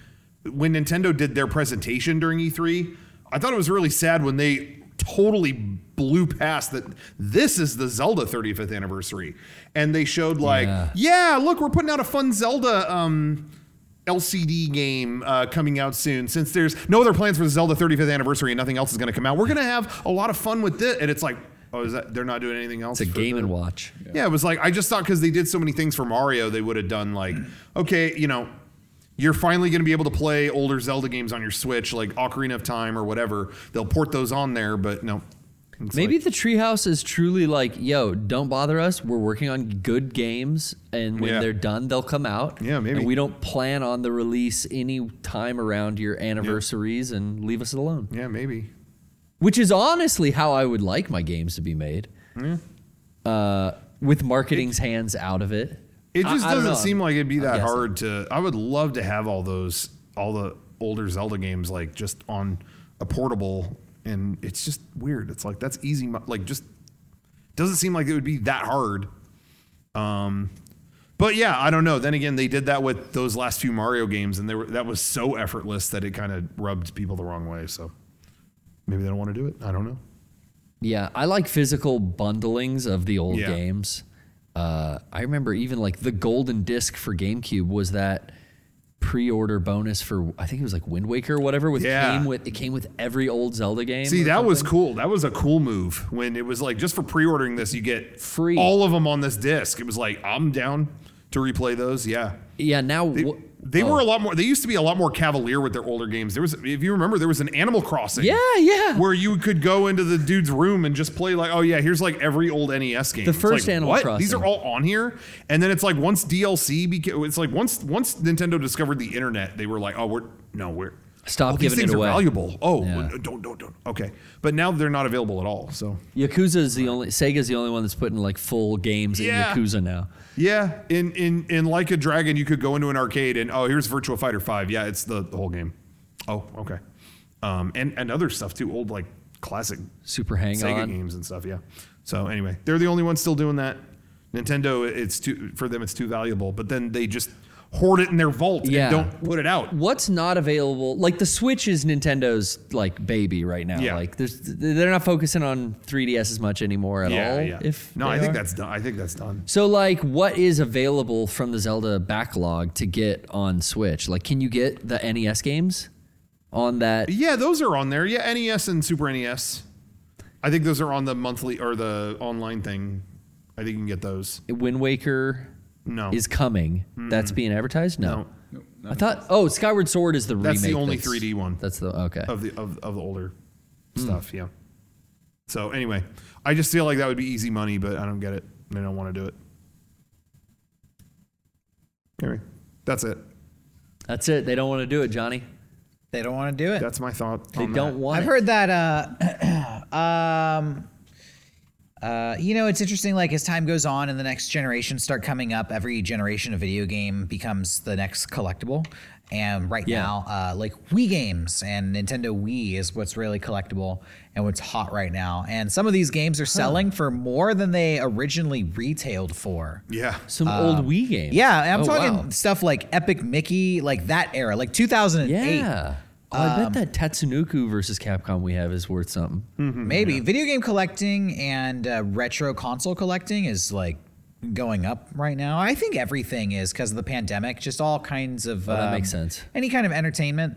A: when Nintendo did their presentation during E3, I thought it was really sad when they totally blew past that this is the Zelda 35th anniversary. And they showed, like, yeah, look, we're putting out a fun Zelda. Um, LCD game uh, coming out soon. Since there's no other plans for the Zelda 35th anniversary and nothing else is going to come out, we're going to have a lot of fun with this. And it's like, oh, is that they're not doing anything else?
E: It's a
A: for
E: Game
A: the-
E: and Watch.
A: Yeah. it was like I just thought because they did so many things for Mario, they would have done like, okay, you know, you're finally going to be able to play older Zelda games on your Switch, like Ocarina of Time or whatever. They'll port those on there, but no. It's
E: Maybe
A: like-
E: the treehouse is truly like, yo, don't bother us. We're working on good games, and when
A: Yeah.
E: they're done, they'll come out.
A: Yeah, maybe.
E: And we don't plan on the release any time around your anniversaries, and leave us alone.
A: yeah, maybe.
E: Which is honestly how I would like my games to be made, uh, with marketing's hands out of it.
A: It
E: I-
A: just
E: I don't
A: doesn't
E: know.
A: seem like it'd be
E: I'm
A: that
E: guessing.
A: hard to. I would love to have all those, all the older Zelda games, like just on a portable, and it's just weird. It's like that's easy. mo- Like just doesn't seem like it would be that hard. Um, but yeah, I don't know. Then again, they did that with those last few Mario games, and they were that was so effortless that it kind of rubbed people the wrong way. So maybe they don't want to do it. I don't know.
E: Yeah, I like physical bundlings of the old
A: Yeah.
E: games. Uh, I remember even like the golden disc for GameCube was that pre-order bonus for I think it was like Wind Waker or whatever. With
A: Yeah.
E: came with it came with every old Zelda game.
A: See,
E: or
A: that was
E: something.
A: cool. That was a cool move when it was like just for pre-ordering this, you get
E: Free.
A: all of them on this disc. It was like I'm down to replay those. Yeah,
E: yeah. Now
A: they,
E: wh-
A: they
E: oh.
A: were a lot more. They used to be a lot more cavalier with their older games. There was, if you remember, there was an Animal Crossing.
E: Yeah, yeah.
A: Where you could go into the dude's room and just play like, oh yeah, here's like every old NES game.
E: The
A: It's
E: first
A: like,
E: Animal
A: what?
E: Crossing.
A: These are all on here, and then it's like once DLC became, it's like once once Nintendo discovered the internet, they were like, oh we're no we're
E: Stop
A: oh,
E: giving
A: these things
E: it
A: are
E: away.
A: valuable. Oh
E: Yeah.
A: don't don't don't. Okay, but now they're not available at all. So
E: Yakuza is the only Sega's the only one that's putting like full games
A: Yeah.
E: in Yakuza now.
A: yeah, in in in like a dragon, you could go into an arcade and oh here's Virtua Fighter Five. Yeah, it's the, the whole game. Oh okay, um and and other stuff too, old like classic
E: Super Hang
A: Sega
E: On.
A: games and stuff. Yeah. So anyway, they're the only ones still doing that. Nintendo, it's too for them, it's too valuable. But then they just hoard it in their vault
E: Yeah.
A: and don't put it out.
E: What's not available? Like the Switch is Nintendo's like baby right now.
A: Yeah.
E: Like there's they're not focusing on 3DS as much anymore at all. If
A: no,
E: they
A: I think
E: are.
A: that's done. I think that's done.
E: So like what is available from the Zelda backlog to get on Switch? Like can you get the NES games on that?
A: Yeah, those are on there. Yeah, NES and Super NES. I think those are on the monthly or the online thing. I think you can get those.
E: Wind Waker
A: No,
E: is coming. That's being advertised? No.
A: Mm-hmm. No.
E: I thought oh, Skyward Sword is the remake.
A: That's the only
E: that's-
A: 3D one.
E: That's the okay.
A: of the of, of the older stuff. Yeah. So anyway, I just feel like that would be easy money, but I don't get it. and I don't want to do it. Anyway, that's it.
E: That's it. They don't want to do it, Johnny.
C: They don't want to do it.
A: That's my thought.
E: They
A: on
E: don't
A: that.
E: want
C: I've
E: it.
C: heard that. Uh, um, uh, you know, it's interesting. Like as time goes on, and the next generation start coming up, every generation of video game becomes the next collectible. And right
E: Yeah.
C: now, uh, like Wii games and Nintendo Wii is what's really collectible and what's hot right now. And some of these games are selling for more than they originally retailed for.
A: Yeah.
E: some old Wii games.
C: Uh, Yeah, I'm
E: Oh,
C: talking
E: wow.
C: stuff like Epic Mickey, like that era, like 2008.
E: Yeah. Oh, I
C: Um,
E: bet that Tatsunoko versus Capcom we have is worth something.
C: Uh, Maybe video game collecting and uh, retro console collecting is like going up right now. I think everything is because of the pandemic. Just all kinds of
E: Oh, that
C: um,
E: makes sense.
C: Any kind of entertainment.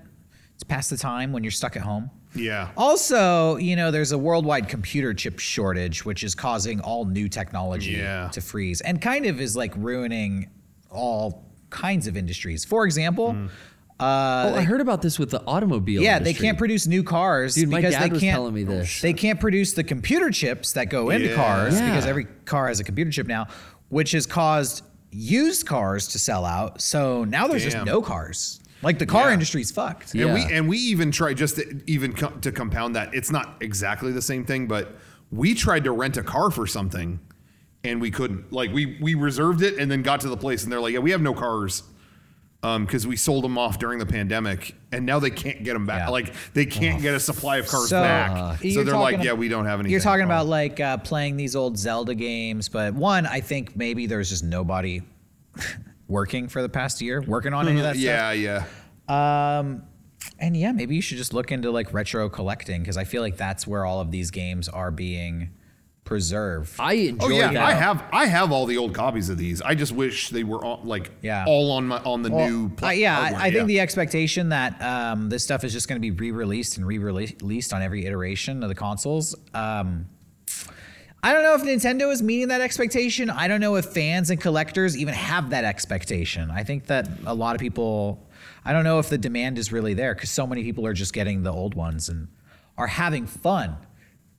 C: It's past the time when you're stuck at home.
A: Yeah.
C: Also, you know, there's a worldwide computer chip shortage, which is causing all new technology
A: Yeah.
C: to freeze and kind of is like ruining all kinds of industries. For example,
E: Mm.
C: uh,
E: Oh, I heard about this with the automobile.
C: yeah, they
E: industry.
C: can't produce new cars
E: Dude, my
C: because
E: dad
C: they
E: was
C: can't.
E: telling me this.
C: They can't produce the computer chips that go into
A: Yeah.
C: cars
E: Yeah.
C: because every car has a computer chip now, which has caused used cars to sell out. So now there's
A: Damn.
C: just no cars. Like the car industry's fucked.
E: Yeah.
A: And we and we even tried just to even com- to compound that. It's not exactly the same thing, but we tried to rent a car for something, and we couldn't. Like we we reserved it and then got to the place, and they're like, "Yeah, we have no cars." Because we sold them off during the pandemic, and now they can't get them back.
C: Yeah. Oh,
A: Like they can't get a supply of cars
C: So, uh,
A: back. So
C: you're
A: they're like,
C: talking-
A: "Yeah, we don't have any."
C: You're talking about like uh, playing these old Zelda games, but one, I think maybe there's just nobody working for the past year, working on any of that stuff.
A: Uh, yeah, yeah.
C: And yeah, maybe you should just look into like retro collecting because I feel like that's where all of these games are being preserved.
E: I enjoy
A: Oh yeah,
E: that.
A: I have I have all the old copies of these. I just wish they were all, like
C: Yeah.
A: all on my on the
C: Well,
A: new. pla-
C: uh,
E: Oh,
C: yeah,
A: hardware,
C: I, I think the expectation that um, this stuff is just going to be re-released and re-released on every iteration of the consoles. Um, I don't know if Nintendo is meeting that expectation. I don't know if fans and collectors even have that expectation. I think that a lot of people, I don't know if the demand is really there because so many people are just getting the old ones and are having fun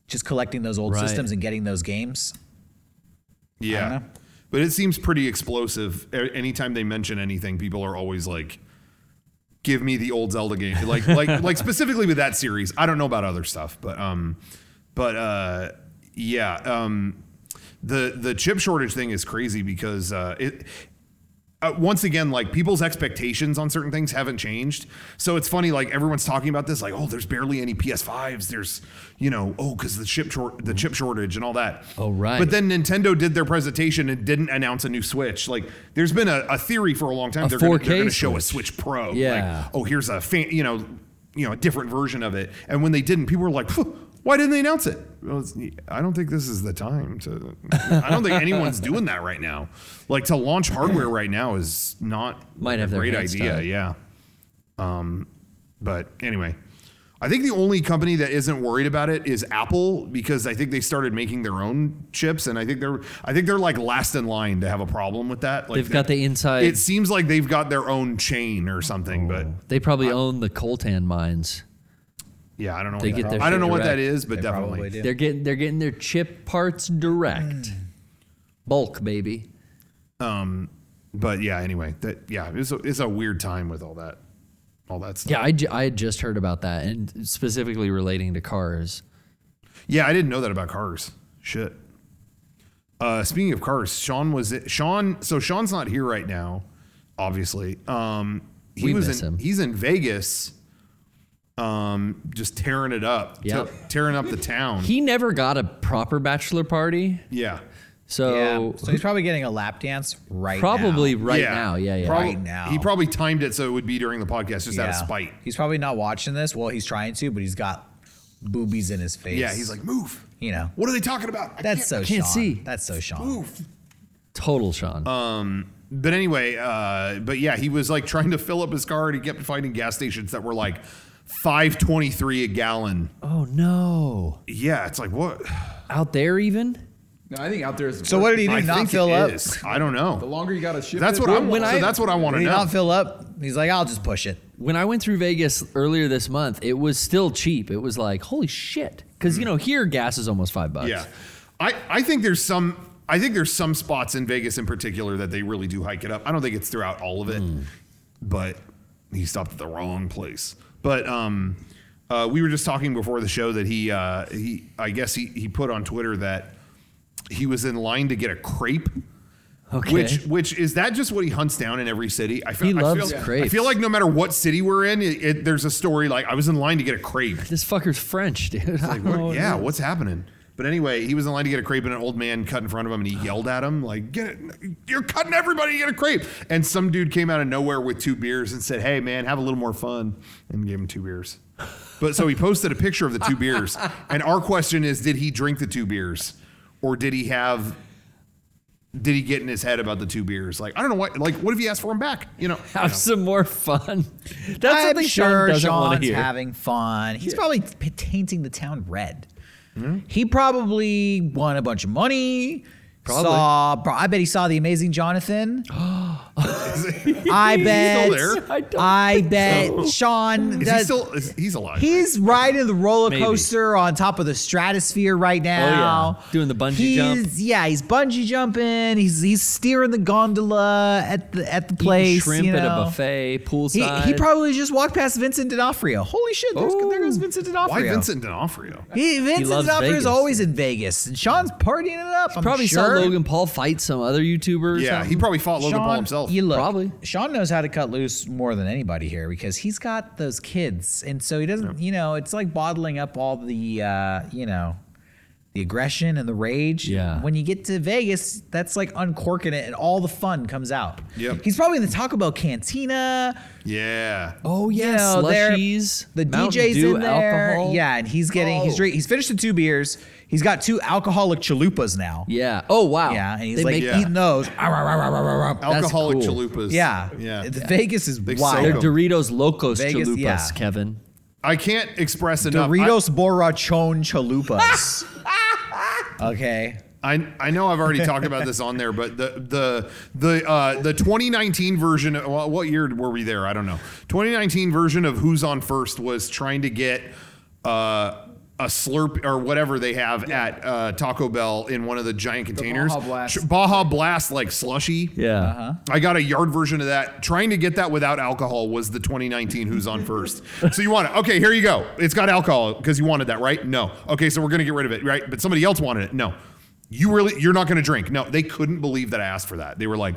C: just collecting those old
E: Right.
C: systems and getting those games.
A: Yeah.
C: don't know.
A: But it seems pretty explosive. A- Anytime they mention anything, people are always like, "Give me the old Zelda game." Like, like, like specifically with that series. I don't know about other stuff, but um, but uh, yeah, um, the the chip shortage thing is crazy because uh, it. Uh, once again, like people's expectations on certain things haven't changed. So it's funny, like everyone's talking about this, like, oh, there's barely any PS5s. There's, you know, oh, because the chip short, the chip shortage and all that.
E: Oh, right.
A: But then then Nintendo did their presentation and didn't announce a new Switch. Like, there's been a, a theory for a long time
E: A
A: they're going
E: 4K
A: to show a
E: Switch.
A: Switch Pro.
E: Yeah.
A: Like, oh, here's a fan, you know, you know, a different version of it. And when they didn't, people were like, "Phew, why didn't they announce it? Well, it's, I don't think this is the time to. I don't think anyone's doing that right now. Like to launch hardware right now is not
E: Might
A: a
E: have their
A: great
E: hands
A: idea.
E: tied.
A: Yeah. But anyway, I think the only company that isn't worried about it is Apple because I think they started making their own chips, and I think they're I think they're like last in line to have a problem with that. Like
E: They've got the inside- Oh.
A: It seems like they've got their own chain or something, but
E: They probably own the coltan mines.
A: yeah, I don't know.
E: They
A: what
E: get
A: that-
E: their
A: I don't
E: shit
A: know what that
E: direct.
A: is, but
C: They probably
A: definitely.
C: do.
E: They're getting they're getting their chip parts direct.
C: Hmm.
E: Bulk, baby.
A: But yeah, anyway, that yeah, it's a, it's a weird time with all that, all that stuff.
E: Yeah, I, ju- I had just heard about that, and specifically relating to cars.
A: Yeah, I didn't know that about cars. Shit. Uh, speaking of cars, Sean was Sean. So Sean's not here right now, obviously. Um, he
E: We
A: was
E: miss
A: in,
E: him.
A: He's in Vegas, um, just tearing it up, te-
E: Yep.
A: tearing up the town.
E: He never got a proper bachelor party,
A: yeah,
E: so,
C: yeah. So he's probably getting a lap dance right now.
E: probably right now. Yeah, yeah.
A: Prob-
C: Right now.
A: He probably timed it so it would be during the podcast, just out of
C: Yeah.
A: spite.
C: He's probably not watching this. Well, he's trying to, but he's got boobies in his face.
A: Yeah, he's like, move.
C: you know,
A: What are they talking about? I
C: that's
A: can't-
C: so
A: I
E: can't
C: Sean.
E: see.
C: That's so Sean.
E: Total Sean.
C: Uh,
A: But anyway, uh, but yeah, he was like trying to fill up his car, and he kept finding gas stations that were like five twenty three a gallon.
E: oh no,
A: Yeah, it's like what?
E: out there even.
F: No, I think out there is.
C: So what did he do?
A: I
C: not
A: think
C: fill
A: it
C: up? Did
A: is. I don't
F: The
A: know.
F: longer you got to ship,
A: That's
F: it,
A: what I want. So
E: I-
A: that's what I want to
C: he
A: know.
C: not fill up? He's like, I'll just push it.
E: When I went through Vegas earlier this month, it was still cheap. It was like holy shit, because you know here gas is almost five bucks.
A: Mm. Yeah, I I think there's some. I think there's some spots in Vegas in particular that they really do hike it up. I don't think it's throughout all of it,
E: Hmm.
A: but he stopped at the wrong place. But um, uh, we were just talking before the show that he uh, he I guess he he put on Twitter that he was in line to get a crepe.
E: Okay.
A: Which which is that just what he hunts down in every city? I feel
E: He
A: I
E: loves
A: feel, I
E: crepes.
A: feel like no matter what city we're in, it, it, there's a story like I was in line to get a crepe.
E: this fucker's French, dude. I
A: Like,
E: don't know
A: what,
C: Oh,
E: what it
A: yeah,
E: is.
A: what's happening? But anyway, he was in line to get a crepe, and an old man cut in front of him, and he yelled at him like, "Get it! You're cutting everybody! to Get a crepe!" And some dude came out of nowhere with two beers and said, "Hey, man, have a little more fun," and gave him two beers. But so he posted a picture of the two beers, and our question is, did he drink the two beers, or did he have? Did he get in his head about the two beers? Like, I don't know what. Like, what if he asked for them back? You know,
E: Have some more fun. That's
C: I'm
E: something Sean
C: sure
E: doesn't want
C: Sean's
E: to hear.
C: having fun. He's probably p- painting the town red.
A: Hmm?
C: He probably won a bunch of money.
E: Probably.
C: Saw, pro- I bet he saw the amazing Jonathan. I bet.
A: there?
E: I don't
C: I bet Sean.
A: is he
C: does-
A: still? Is, he's alive.
C: He's riding the roller
E: Maybe. Oh,
C: coaster on top of the stratosphere right now.
E: yeah. Doing the bungee
C: he's,
E: jump.
C: Yeah, he's bungee jumping. He's he's steering the gondola at the at the place.
E: Shrimp
C: you
E: at
C: know.
E: a buffet,
C: He,
E: poolside.
C: he probably just walked past Vincent D'Onofrio. Holy shit! There's, there goes Vincent D'Onofrio.
A: Why Vincent D'Onofrio?
C: He, Vincent
E: loves
C: D'Onofrio's
E: Vegas.
C: always in Vegas, and Sean's partying it up. I'm
E: probably
C: sure.
E: saw Logan Paul fight some other YouTuber. Or
A: Yeah,
E: something.
A: he probably fought Logan Paul
C: Sean-
A: himself.
C: You look,
E: Probably.
C: Sean knows how to cut loose more than anybody here because he's got those kids, and so he doesn't. You know, it's like bottling up all the, uh, you know, the aggression and the rage.
E: Yeah.
C: When you get to Vegas, that's like uncorking it, and all the fun comes out.
A: Yep.
C: He's probably in the Taco Bell cantina.
A: yeah.
E: Oh yeah,
C: You know, they're-
E: slushies.
C: The
E: Mountain
C: DJ's
E: Dew
C: in there.
E: Alcohol.
C: Yeah, and he's getting he's
E: Oh.
C: drink, he's finished the two beers. He's got two alcoholic chalupas now.
E: Yeah. Oh wow.
C: Yeah, and he's
E: They
C: like
E: make-
A: Yeah.
C: eating those. Ah, rah, rah, rah, rah, rah, rah.
A: Alcoholic
E: cool.
A: chalupas.
C: Yeah.
A: Yeah.
C: The Vegas is
A: They
C: wild.
A: soak
E: they're
A: 'em.
E: Doritos Locos
C: Vegas-
E: Chalupas,
C: yeah.
A: Uh-huh.
E: Kevin.
A: I can't express enough.
C: Doritos Borrachon Chalupas. okay.
A: I, I I know I've already talked about this on there, but the the the uh, the 2019 version. Of, well, what year were we there? I don't know. 2019 version of Who's on First was trying to get uh, a slurp or whatever they have at uh, Taco Bell in one of the giant containers.
F: Baja Blast.
A: Sh- Baja Blast like slushy.
E: Yeah.
A: I got a yard version of that. Trying to get that without alcohol was the 2019 Who's on First. so you want it. Okay, here you go. It's got alcohol because you wanted that, right? No. Okay, so we're going to get rid of it, right? But somebody else wanted it. No. You really, you're not going to drink. No, they couldn't believe that I asked for that. They were like,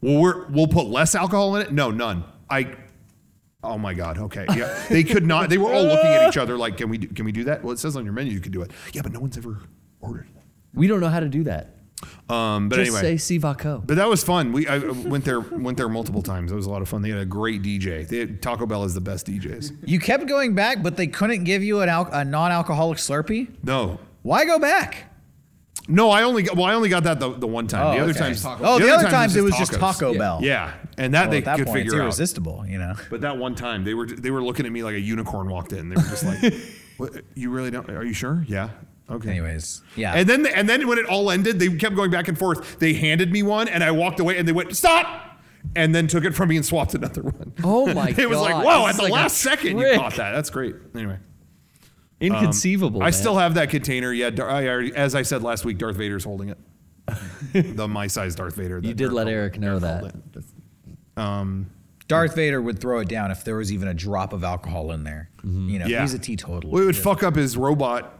A: well, we're, we'll put less alcohol in it. No, none. I, oh my God. Okay. Yeah. They could not, they were all looking at each other like, can we do, can we do that? Well, it says on your menu you could do it. Yeah, but no one's ever ordered that.
E: We don't know how to do that.
A: Um, but
E: Just
A: anyway.
E: say Sivaco.
A: But that was fun. We I I went there went there multiple times. It was a lot of fun. They had a great DJ. They had, Taco Bell is the best DJs.
C: You kept going back, but they couldn't give you an al- a non-alcoholic Slurpee.
A: No,
C: Why go back?
A: no, I only got, well I only got that the, the one time. the other
C: okay.
A: times,
F: Taco
C: Oh, the, other, times,
A: times
C: it was just
A: tacos.
C: Taco Bell.
A: Yeah, and that
C: Well,
A: they
C: at that
A: could
C: point, it's
A: figure out.
C: irresistible. You know.
A: But that one time they were they were looking at me like a unicorn walked in. They were just like, what, "You really don't? Are you sure? Yeah, okay."
C: Anyways, yeah.
A: And then and then when it all ended, they kept going back and forth. They handed me one, and I walked away, and they went stop. And then took it from me and swapped another one.
E: Oh my
A: it was like,
E: God.
A: whoa,
E: This
A: at
E: is
A: the
E: like a
A: last second you
E: trick.
A: caught that. That's great. Anyway.
E: Inconceivable.
A: I
E: man.
A: still have that container. Yeah, Dar- I already, as I said last week, Darth Vader's holding it. the my size Darth Vader.
E: You
A: that
E: did
A: Darth
E: let
A: held-
E: Eric know
A: Darth
E: that.
A: held it.
C: Darth Vader would throw it down if there was even a drop of alcohol in there.
E: Mm-hmm.
C: You know,
A: Yeah.
C: he's a teetotaler.
A: Well, it would fuck up his robot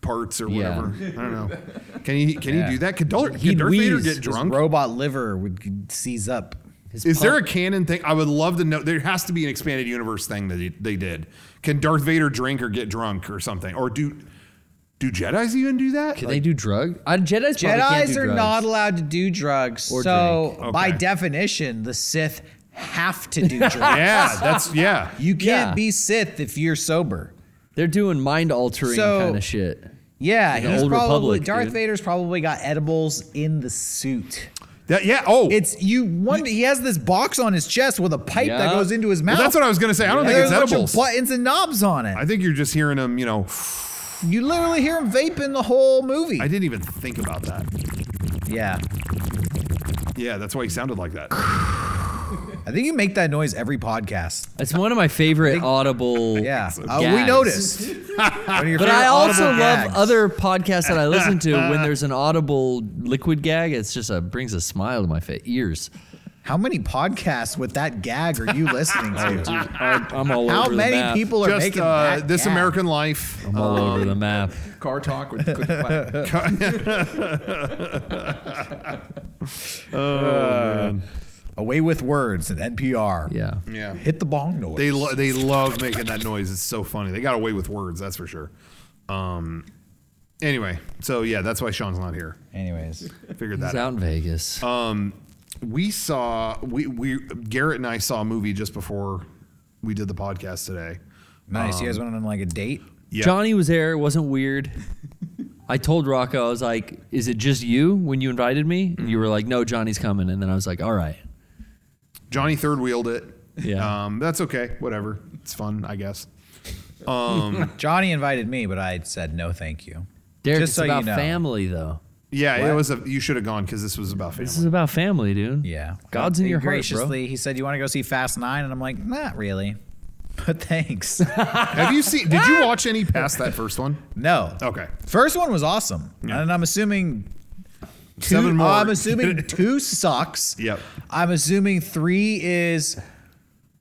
A: parts or
E: Yeah.
A: whatever. I don't know. Can he can
C: Yeah.
A: he do that? Could, Dar-
C: He'd
A: could Darth Vader
C: wheeze.
A: get drunk?
C: His robot liver would seize up.
E: His
A: Is there a
E: pump-
A: canon thing? I would love to know. There has to be an expanded universe thing that they, they did. Can Darth Vader drink or get drunk or something? Or do do Jedi's even do that?
E: Can they do drug? Uh, Jedi's probably can't
C: Jedi's
E: do
C: are
E: drugs.
C: not allowed to do drugs.
E: Or
C: so,
E: drink.
C: by
A: Okay.
C: definition, the Sith have to do drugs.
A: yeah, that's yeah.
C: You can't
E: Yeah.
C: be Sith if you're sober.
E: They're doing mind altering
C: So-
E: kind of shit.
C: Yeah,
E: the
C: he's
E: old
C: probably
E: Republic,
C: Darth
E: dude.
C: Vader's probably got edibles in the suit.
A: That- yeah. Oh,
C: It's you wonder he has this box on his chest with a pipe that
E: Yeah.
C: goes into his mouth.
A: well, that's what I was gonna say. I don't
C: And
A: think it's
C: there's a bunch of
A: edibles.
C: buttons and knobs on it.
A: I think you're just hearing him. You know,
C: you literally hear him vaping the whole movie.
A: I didn't even think about that.
C: yeah.
A: Yeah, that's why he sounded like that.
C: I think you make that noise every podcast.
E: It's one of my favorite audible.
C: Yeah. Uh, we
E: gags.
C: noticed. One of your favorite
E: But I also love
C: audible gags.
E: other podcasts that I listen to. when there's an audible liquid gag, it's just a brings a smile to my fa- ears.
C: How many podcasts with that gag are you listening
A: Oh,
C: to?
E: I'm, I'm all
C: How
E: over the
C: many
E: map.
C: people are
A: Just
C: making
A: uh,
C: that
A: this
C: gag?
A: American Life.
E: I'm all over the map.
F: Car talk with click clack.
C: Away with words and NPR.
E: Yeah.
A: Yeah,
C: Hit the bong noise.
A: they lo- they love making that noise. It's so funny. They got away with words, that's for sure. Um, Anyway, so yeah, that's why Sean's not here.
C: Anyways,
A: Figured that
E: It's
A: out.
E: out in Vegas.
A: we saw we we Garrett and I saw a movie just before we did the podcast today.
C: nice.
A: Um,
C: you guys went on like a date.
A: Yeah.
E: Johnny was there. It wasn't weird. I told Rocco, I was like, is it just you when you invited me? And you were like, no, Johnny's coming. And then I was like, all right.
A: Johnny third wheeled it.
E: Yeah.
A: Um, that's okay. Whatever. It's fun, I guess.
C: Johnny invited me, but I said no, thank you.
E: Derek,
C: Just
E: it's
C: so you
E: about
C: know.
E: family, though.
A: Yeah, it was a you should have gone because this was about family.
E: This is about family, dude.
C: Yeah,
E: God's in
C: He
E: your heart,
C: graciously,
E: bro.
C: he said, "You want to go see Fast 9? and I'm like, "Not really." But thanks.
A: Have you seen did you watch any past that first one?
C: no.
A: Okay.
C: First one was awesome,
A: Oh. Yeah.
C: and I'm assuming two,
A: Seven more.
C: I'm assuming two sucks.
A: Yep.
C: I'm assuming three is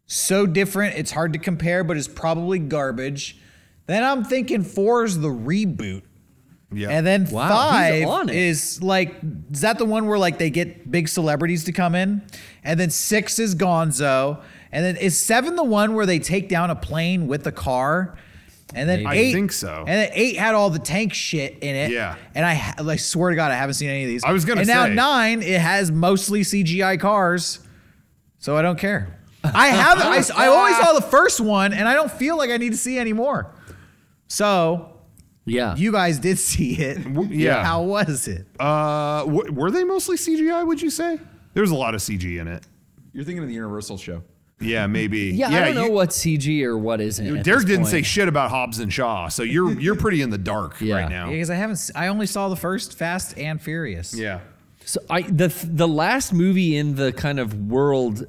C: so different it's hard to compare, but it's probably garbage. Then I'm thinking four is the reboot,
A: Yeah.
C: and then
E: Wow, he's on
C: five
E: it.
C: is like is that the one where like they get big celebrities to come in, and then six is Gonzo, and then is seven the one where they take down a plane with a car. And then
A: I
C: eight,
A: think so.
C: And then eight had all the tank shit in it.
A: Yeah.
C: And I, ha- like, swear to God, I haven't seen any of these.
A: I was gonna
C: And now
A: say.
C: nine, it has mostly CGI cars, so I don't care. I have. I, s- I always saw the first one, and I don't feel like I need to see any more. So
E: Yeah.
C: you guys did see it.
A: yeah.
C: How was it?
A: uh w- were they mostly CGI, would you say? There was a lot of CG in it.
F: You're thinking of the Universal show.
A: Yeah, maybe.
E: yeah, I don't know
A: you-
E: what's CG or what isn't. at
A: Derek
E: this
A: didn't say
E: point.
A: shit about Hobbs and Shaw, so you're you're pretty in the dark
E: Yeah.
A: right now.
C: Because I haven't. s- I only saw the first Fast and Furious.
A: Yeah.
E: So I the the last movie in the kind of world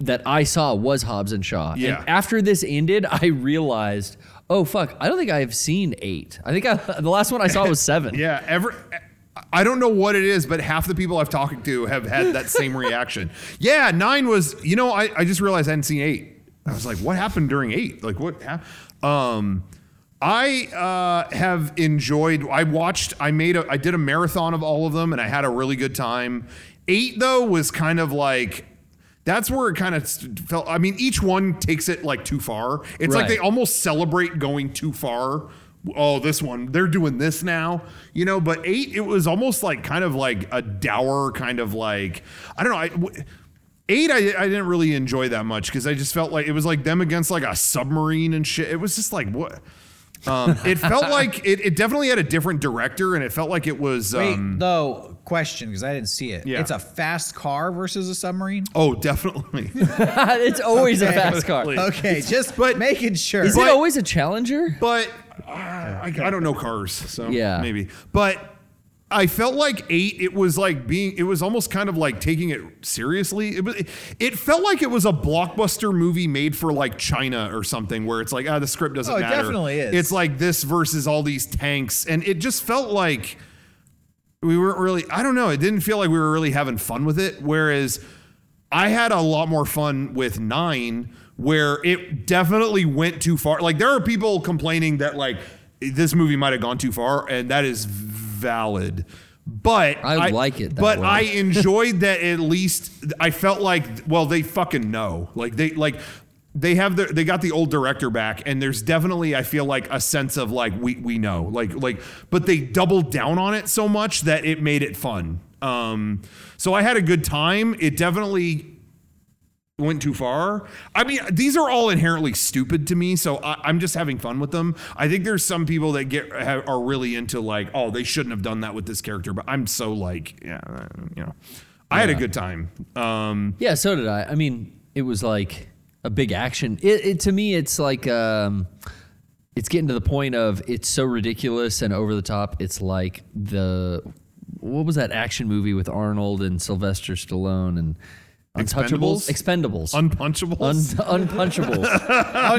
E: that I saw was Hobbs and Shaw.
A: Yeah.
E: And after this ended, I realized, oh fuck, I don't think I have seen eight. I think I, the last one I saw was seven.
A: Yeah, every I don't know what it is, but half the people I've talked to have had that same reaction. Yeah, nine was you know I, I just realized I hadn't seen eight. I was like, what happened during eight? Like what happened? Um, I uh, have enjoyed. I watched. I made. A, I did a marathon of all of them, and I had a really good time. Eight though was kind of like. That's where it kind of felt. I mean, each one takes it like too far. It's like
E: Right.
A: they almost celebrate going too far. Oh, this one, they're doing this now, you know. But eight, it was almost like kind of like a dour kind of like I don't know. I w eight, I, I didn't really enjoy that much because I just felt like it was like them against like a submarine and shit. It was just like what. Um, it felt like it, it definitely had a different director, and it felt like it was.
C: Wait,
A: Um,
C: though, question because I didn't see it.
A: Yeah.
C: It's a fast car versus a submarine.
A: oh, definitely.
E: it's always a fast car.
A: Definitely.
C: Okay, just
A: but-
C: making sure.
E: Is
A: But-
E: it always a Challenger?
A: But uh, I, I don't know cars, so
E: Yeah.
A: maybe. But I felt like eight. It was like being. It was almost kind of like taking it seriously. It was. It felt like it was a blockbuster movie made for like China or something, where it's like ah, the script doesn't
C: Oh, it
A: matter.
C: definitely is.
A: It's like this versus all these tanks, and it just felt like we weren't really I don't know, it didn't feel like we were really having fun with it whereas I had a lot more fun with 9 where it definitely went too far. Like there are people complaining that like this movie might have gone too far and that is valid. But
E: I like it that
A: but
E: way.
A: I enjoyed that at least I felt like well they fucking know. Like they like they have their they got the old director back and there's definitely I feel like a sense of like we we know. Like like but they doubled down on it so much that it made it fun. Um so I had a good time. It definitely went too far. I mean, these are all inherently stupid to me, so I, I'm just having fun with them. I think there's some people that get have, are really into like, oh, they shouldn't have done that with this character, but I'm so like, yeah, uh, you know. I had a good time. Um,
E: Yeah, so did I. I mean, it was like a big action. It, it to me, it's like um, it's getting to the point of it's so ridiculous and over the top. It's like the what was that action movie with Arnold and Sylvester Stallone and Untouchables, Expendables,
A: Unpunchables.
E: Un- unpunchables.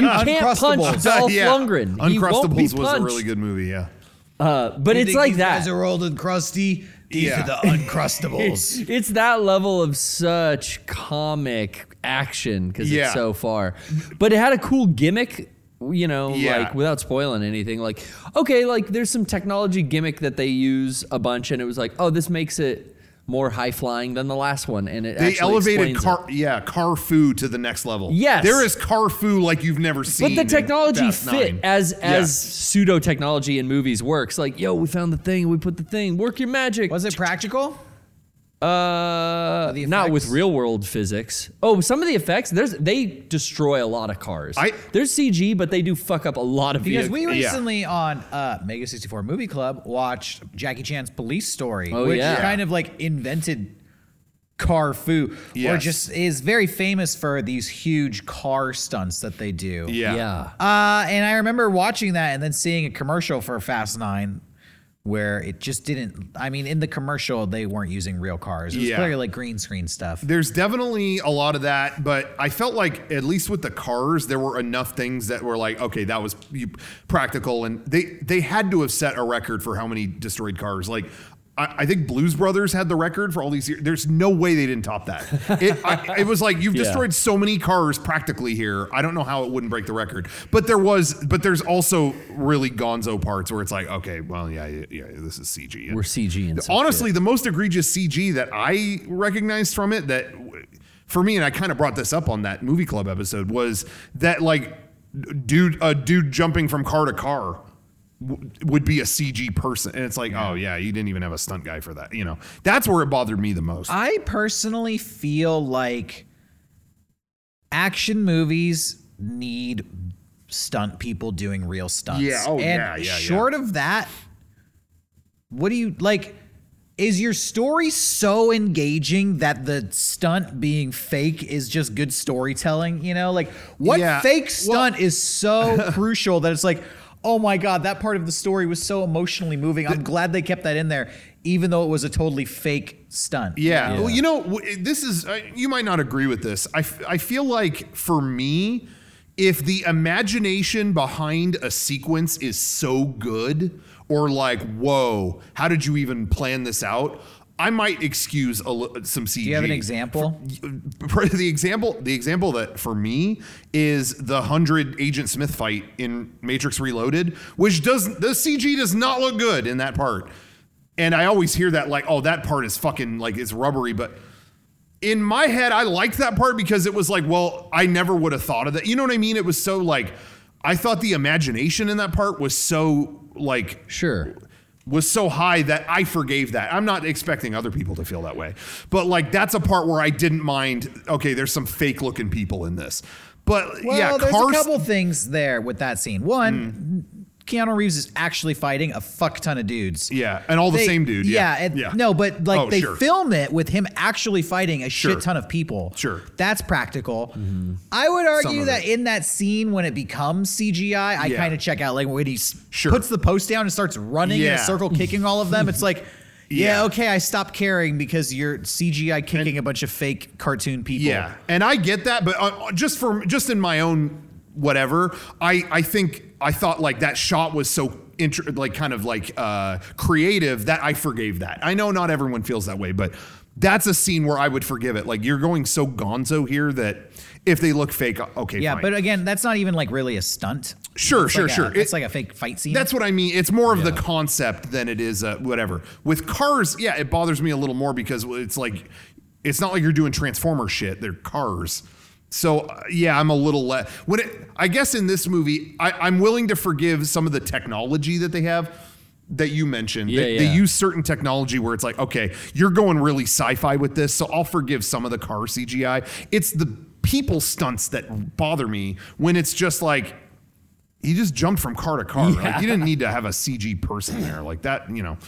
E: you can't punch Dolph
A: Yeah.
E: Lundgren. He won't be
A: Uncrustables was a
E: punched.
A: really good movie. Yeah.
E: But it's like that.
C: are old and crusty. These
A: Yeah.
C: the uncrustables.
E: It's that level of such comic action because
A: Yeah.
E: it's so far. But it had a cool gimmick, you know,
A: Yeah.
E: like without spoiling anything. Like, okay, like there's some technology gimmick that they use a bunch, and it was like, oh, this makes it more high flying than the last one, and it
A: They
E: actually
A: elevated
E: explains it.
A: car, yeah, Carfu to the next level.
E: Yes.
A: there is Carfu like you've never seen.
E: But the
A: in
E: technology
A: Fast
E: fit
A: Nine.
E: as
A: Yeah.
E: as pseudo technology in movies works. Like, yo, we found the thing, we put the thing, work your magic.
C: Was it practical?
E: Uh,
C: the
E: not with
C: effects?
E: real world physics. Oh, some of the effects there's they destroy a lot of cars.
A: I-
E: there's CG, but they do fuck up a lot of
C: Because
E: vehicles.
C: we
A: yeah.
C: recently on uh, Mega 64 Movie Club watched Jackie Chan's Police Story,
E: Oh,
C: which
E: yeah.
C: kind of like invented car foo, or
A: Yes.
C: just is very famous for these huge car stunts that they do.
A: Yeah.
E: yeah.
C: Uh, and I remember watching that and then seeing a commercial for Fast Nine where it just didn't. I mean, in the commercial, they weren't using real cars. It was
A: Yeah.
C: clearly like green screen stuff.
A: There's definitely a lot of that, but I felt like at least with the cars, there were enough things that were like, okay, that was you- practical, and they they had to have set a record for how many destroyed cars. Like, I, I think Blues Brothers had the record for all these years. There's no way they didn't top that. It I, it was like you've
E: Yeah.
A: destroyed so many cars practically here. I don't know how it wouldn't break the record, but there was, but there's also really gonzo parts where it's like, okay, well, yeah, yeah, yeah this is CG.
E: We're CG and some
A: Honestly, the most egregious CG that I recognized from it that w- for me, and I kind of brought this up on that movie club episode, was that like dude a dude jumping from car to car w- would be a CG person. And it's like, oh yeah, you didn't even have a stunt guy for that. You know, that's where it bothered me the most.
C: I personally feel like action movies need stunt people doing real stunts.
A: Yeah, oh,
C: and
A: yeah, yeah, yeah.
C: Short of that, what do you like? Is your story so engaging that the stunt being fake is just good storytelling? You know, like what
A: Yeah,
C: fake stunt is so crucial that it's like, oh my God, that part of the story was so emotionally moving. I'm glad they kept that in there, even though it was a totally fake stunt.
A: Yeah. Well, you know, w- this is, uh, you might not agree with this. I, f- I feel like for me, if the imagination behind a sequence is so good or like, whoa, how did you even plan this out? I might excuse a l- some CG.
C: Do you have an example?
A: For the example, the example that for me is the hundred Agent Smith fight in Matrix Reloaded, which does the CG does not look good in that part. And I always hear that like, oh, that part is fucking like it's rubbery, but in my head, I liked that part because it was like, well, I never would have thought of that. You know what I mean? It was so like, I thought the imagination in that part was so like
E: sure.
A: was so high that I forgave that. I'm not expecting other people to feel that way. But like that's a part where I didn't mind, okay, there's some fake looking people in this. But
C: Well,
A: yeah,
C: there's
A: cars
C: a couple things there with that scene. One, Keanu Reeves is actually fighting a fuck ton of dudes.
A: Hmm. Yeah, and all the
C: They-
A: same dude. Yeah.
C: and-
A: Yeah.
C: No, but like
A: Oh,
C: they
A: sure.
C: film it with him actually fighting a
A: Sure.
C: shit ton of people.
A: Sure.
C: That's practical. I would argue
A: of
C: that in that scene when it becomes CGI, I
A: Yeah.
C: kind of check out like when he s-
A: Sure.
C: puts the post down and starts running in
A: Yeah.
C: a circle, kicking all of them. It's like. Yeah.
A: Yeah.
C: okay, I stopped caring because you're CGI kicking a bunch of fake cartoon people.
A: Yeah, and I get that, but uh, just for just in my own whatever, I I think I thought like that shot was so. Inter- like kind of like uh creative that I forgave that. I know not everyone feels that way, but that's a scene where I would forgive it. Like you're going so gonzo here that if they look fake, okay,
C: Yeah,
A: fine.
C: but again, that's not even like really a stunt.
A: sure,
C: It's
A: sure,
C: like a-
A: sure.
C: It's
A: It-
C: like a fake fight scene.
A: That's what I mean. It's more of the concept than it is uh, whatever. With cars, yeah, it bothers me a little more because it's like it's not like you're doing transformer shit. They're cars. So uh, yeah, I'm a little less when it. I guess in this movie, I, I'm willing to forgive some of the technology that they have that you mentioned.
E: Yeah,
A: they, they
E: yeah.
A: use certain technology where it's like, okay, you're going really sci-fi with this, so I'll forgive some of the car CGI. It's the people stunts that bother me when it's just like he just jumped from car to car. Like you didn't need to have a CG person there like that. You know,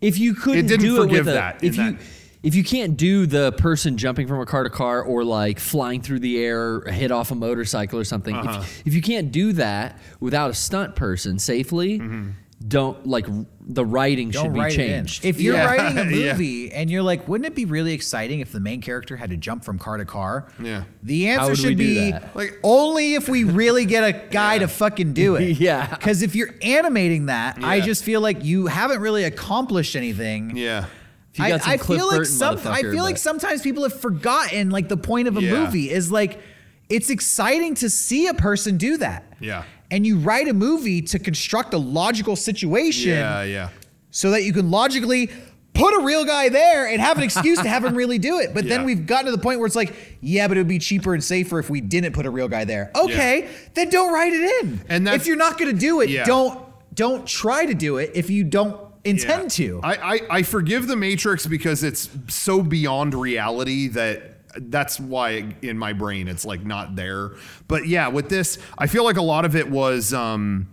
E: If you couldn't
A: didn't
E: do it
A: forgive
E: with a,
A: that in
E: if you
A: that.
E: if you can't do the person jumping from a car to car or like flying through the air, or hit off a motorcycle or something,
A: Uh-huh.
E: if, if you can't do that without a stunt person safely,
A: Mm-hmm.
E: don't like the writing should be
C: write it in.
E: changed.
C: If you're
A: Yeah.
C: writing a
A: Yeah.
C: movie and you're like, wouldn't it be really exciting if the main character had to jump from car to car?
A: Yeah.
C: The
E: How
C: answer
E: would we
C: should
E: do
C: be
E: that?
C: like only if we really get a guy to fucking do it.
E: Yeah.
C: Because if you're animating that, I
A: Yeah.
C: just feel like you haven't really accomplished anything.
A: yeah,
E: If you got some
C: I, I
E: Cliff
C: feel like
E: Burton
C: some, I
E: motherfucker,
C: feel like
E: but-
C: sometimes people have forgotten like the point of a
A: Yeah.
C: movie is like it's exciting to see a person do that.
A: Yeah.
C: And you write a movie to construct a logical situation
A: yeah, yeah.
C: so that you can logically put a real guy there and have an excuse to have him really do it. But then
A: Yeah.
C: we've gotten to the point where it's like, yeah, but it would be cheaper and safer if we didn't put a real guy there. Okay, then don't write it in.
A: And that's-
C: if you're not going to do it,
A: Yeah.
C: don't don't try to do it if you don't intend to.
A: I, I I forgive the Matrix because it's so beyond reality that that's why in my brain it's like not there. But yeah, with this, I feel like a lot of it was. Um,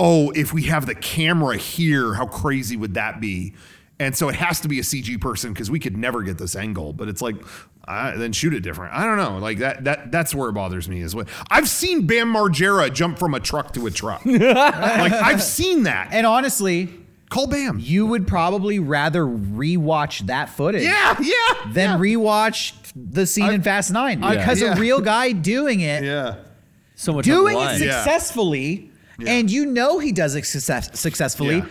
A: oh, if we have the camera here, how crazy would that be? And so it has to be a CG person because we could never get this angle. But it's like, uh, then shoot it different. I don't know. Like that. That that's where it bothers me is what I've seen Bam Margera jump from a truck to a truck. like I've seen that.
C: and honestly,
A: Call Bam.
C: you would probably rather rewatch that footage.
A: Yeah, yeah.
C: Than
A: yeah.
C: rewatch the scene in Fast Nine
A: I-
C: because
A: yeah.
C: a real guy doing it
A: yeah.
E: So much
C: doing it
E: online.
A: Yeah.
C: successfully, and you know he does it success- successfully,
A: Yeah.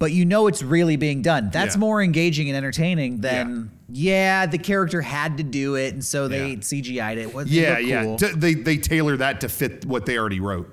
C: but you know it's really being done. That's
A: Yeah.
C: more engaging and entertaining than yeah. the character had to do it, and so they
A: Yeah.
C: CGI'd it. What,
A: Yeah,
C: look
A: yeah.
C: cool.
A: D- they they tailor that to fit what they already wrote.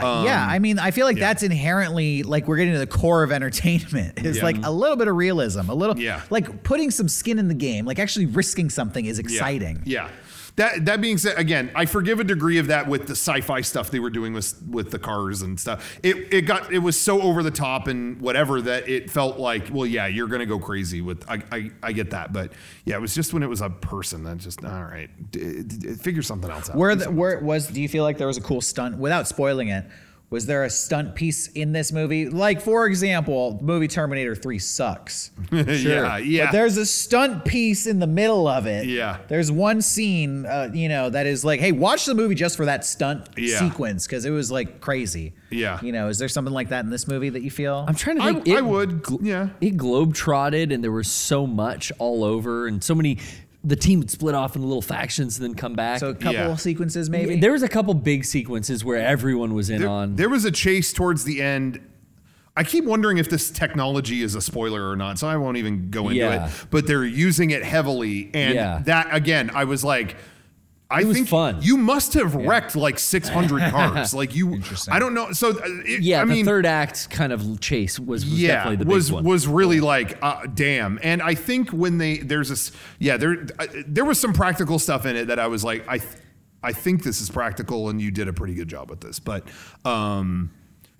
C: yeah, I mean, I feel like
A: yeah.
C: that's inherently like we're getting to the core of entertainment. It's
A: Yeah.
C: like a little bit of realism, a little
A: Yeah.
C: like putting some skin in the game, like actually risking something is
A: Yeah.
C: exciting.
A: Yeah. That that being said, again, I forgive a degree of that with the sci-fi stuff they were doing with with the cars and stuff. It it got it was so over the top and whatever that it felt like, well, yeah, you're gonna go crazy with. I I, I get that, but yeah, it was just when it was a person that just all right, d- d- d- figure something else out.
C: Where the, where it was do you feel like there was a cool stunt without spoiling it? Was there a stunt piece in this movie? Like for example, the movie Terminator 3 sucks.
A: yeah, yeah.
C: But there's a stunt piece in the middle of it.
A: Yeah.
C: There's one scene uh, you know that is like, "Hey, watch the movie just for that stunt
A: Yeah.
C: sequence cuz it was like crazy."
A: Yeah.
C: You know, is there something like that in this movie that you feel?
E: I'm trying to
A: I-
E: think.
A: I would, yeah.
E: It globetrotted, and there was so much all over, and so many. The team would split off into little factions and then come back.
C: so a couple
A: Yeah.
C: sequences maybe.
E: there was a couple big sequences where everyone was in
A: There-
E: on.
A: There was a chase towards the end. I keep wondering if this technology is a spoiler or not, so I won't even go into
E: Yeah.
A: it. But they're using it heavily, and
E: Yeah.
A: that again, I was like, I
E: was
A: think
E: fun.
A: you must have wrecked like 600 cars. like you, I don't know. So uh, it,
E: yeah,
A: I
E: the
A: mean,
E: third act kind of chase was, was
A: yeah,
E: definitely the
A: was
E: big one.
A: was really like uh, damn. And I think when they there's this yeah there uh, there was some practical stuff in it that I was like I th- I think this is practical and you did a pretty good job with this. But um,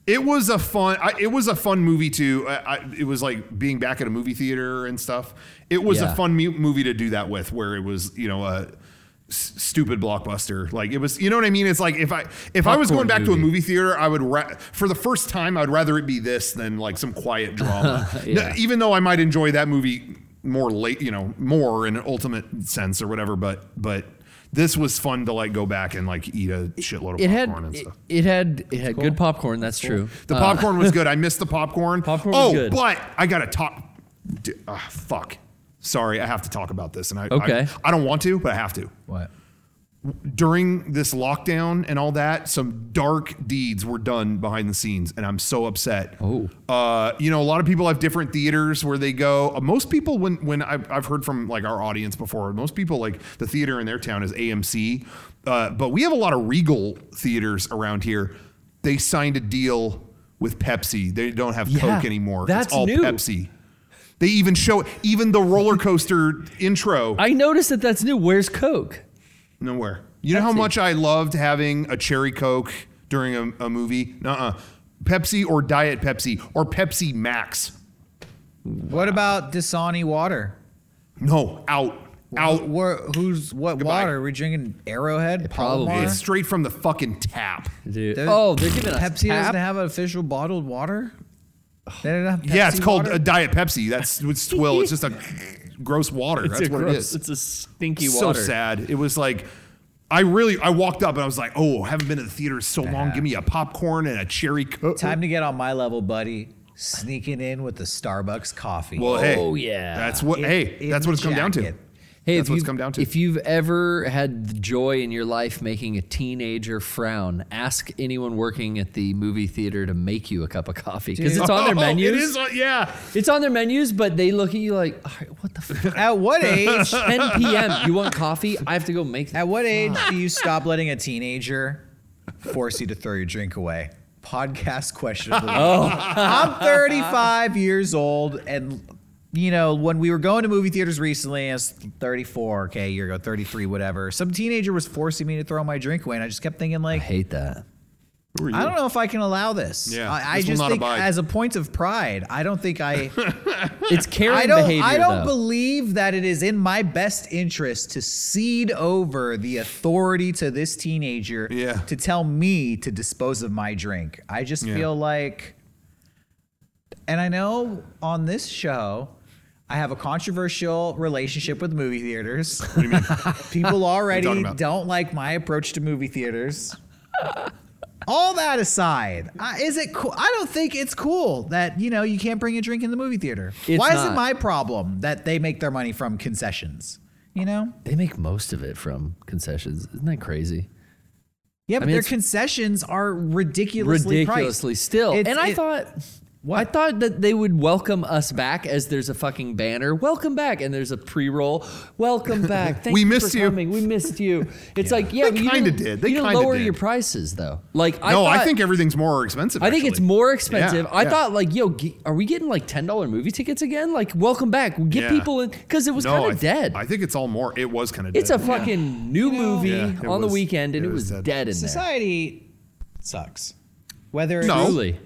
A: it was a fun I, it was a fun movie too. I, I, it was like being back at a movie theater and stuff. It was
E: Yeah.
A: a fun mu- movie to do that with, where it was you know a s- stupid blockbuster like it was you know what i mean it's like if i if i was
E: Popcorn
A: going back to a
E: movie.
A: movie movie theater, I would ra- for the first time I'd rather it be this than like some quiet drama. No,
E: Yeah.
A: even though I might enjoy that movie more late, you know, more in an ultimate sense or whatever, but but this was fun to like go back and like eat a shitload of
E: it had
A: popcorn and
E: it,
A: stuff.
E: it had it had good popcorn. That's true.
A: The
E: Uh,
A: popcorn was good. I missed the popcorn.
E: Popcorn was
A: oh,
E: good.
A: but I got to talk. D- ah, fuck. Sorry, I have to talk about this, and I,
E: Okay.
A: I I don't want to, but I have to
C: what?
A: during this lockdown and all that, some dark deeds were done behind the scenes, and I'm so upset.
E: Oh.
A: uh, you know, a lot of people have different theaters where they go. Uh, Most people, when when I've, I've heard from like our audience before, most people like the theater in their town is AMC, uh, but we have a lot of Regal theaters around here. They signed a deal with Pepsi. They don't have Coke anymore.
E: that's
A: it's all
E: new.
A: Pepsi. They even show even the roller coaster intro.
E: I noticed that that's new. Where's Coke?
A: Nowhere. You know how
E: Pepsi.
A: much I loved having a cherry coke during a, a movie? Nuh-uh. Pepsi or Diet Pepsi or Pepsi Max.
C: What about Dasani water?
A: No, out, out.
C: Where, who's what
A: Goodbye.
C: water? Are we drinking Arrowhead?
E: probably
C: Palomar?
A: It's straight from the fucking tap.
E: Dude.
C: They're-
E: oh, they're giving us
C: Pepsi
E: tap?
C: doesn't have an official bottled water. They don't have
A: yeah, it's
C: Pepsi
A: called
C: water?
A: a Diet Pepsi. That's it's twill. It's just a gross water. That's
E: a
A: what it
E: gross-
A: is.
E: It's a stinky
A: so
E: water.
A: sad. It was like I really I walked up and I was like, oh, I haven't been to the theater in so long. Give me a popcorn and a cherry
E: Oh,
A: coke.
C: Time to get on my level, buddy. Sneaking in with the Starbucks coffee.
A: Well, hey,
E: Oh, yeah.
A: That's what.
C: In-
A: hey,
C: in
A: that's what it's come down to.
C: jacket.
E: Hey,
A: That's
E: if
A: what it's
E: you've-
A: come down to.
E: If you've ever had the joy in your life making a teenager frown, ask anyone working at the movie theater to make you a cup of coffee because it's on their
A: Oh,
E: menus.
A: It is. on- Yeah.
E: It's on their menus, but they look at you like, All right, "What the fuck?"
C: at what age?
E: 10 p.m. You want coffee? I have to go make.
C: at what age do you stop letting a teenager force you to throw your drink away?
A: Oh.
C: Podcast question. Of the week. I'm 35 years old, and you know, when we were going to movie theaters recently, I was 34, okay, a year ago, 33, whatever. Some teenager was forcing me to throw my drink away, and I just kept thinking,
E: I
C: like,
E: hate that.
A: Who are you?
C: I don't know if I can allow this.
A: Yeah,
C: I, I
A: this will
C: just
A: not
C: think,
A: abide.
C: as a point of pride, I don't think I,
E: It's Karen
C: I don't,
E: behavior.
C: I don't
E: though.
C: believe that it is in my best interest to cede over the authority to this teenager
A: Yeah.
C: to tell me to dispose of my drink. I just
A: Yeah.
C: feel like, and I know on this show. I have a controversial relationship with movie theaters.
A: What do you mean?
C: People
A: talking
C: already
A: about?
C: don't like my approach to movie theaters. All that aside, I- is it cool? I don't think it's cool that you know you can't bring a drink in the movie theater.
E: It's
C: Why is it
E: not.
C: my problem that they make their money from concessions? You know,
E: They make most of it from concessions. Isn't that crazy?
C: yeah, but
E: mean,
C: their
E: it's-
C: concessions are ridiculously,
E: Ridiculously
C: priced.
E: still.
C: It's-
E: and I
C: it-
E: thought I thought that they would welcome us back as there's a fucking banner, welcome back, and there's a pre-roll, welcome back. Thank
A: We
E: you
A: missed
E: for
A: you.
E: coming. We missed you. It's like yeah,
A: They
E: but you
A: kinda
E: didn't-
A: did. They
E: you didn't
A: kinda
E: lower
A: did.
E: your prices though. Like I
A: no, I
E: thought-
A: think everything's more expensive.
E: I think it's
A: actually.
E: more expensive.
A: Yeah,
E: I
A: yeah.
E: thought like, yo, ge- are we getting like ten dollar movie tickets again? Like, welcome back. We get
A: Yeah.
E: people in because it was
A: No, I
E: kind
A: th-
E: of dead.
A: I think it's all more. It was kind of.
E: it's a fucking new movie
A: Yeah, it was-
E: on the weekend, and
A: it
E: it
A: was
E: was,
A: dead.
E: dead, in there.
C: Society sucks. Whether it's,
A: No.
E: Truly.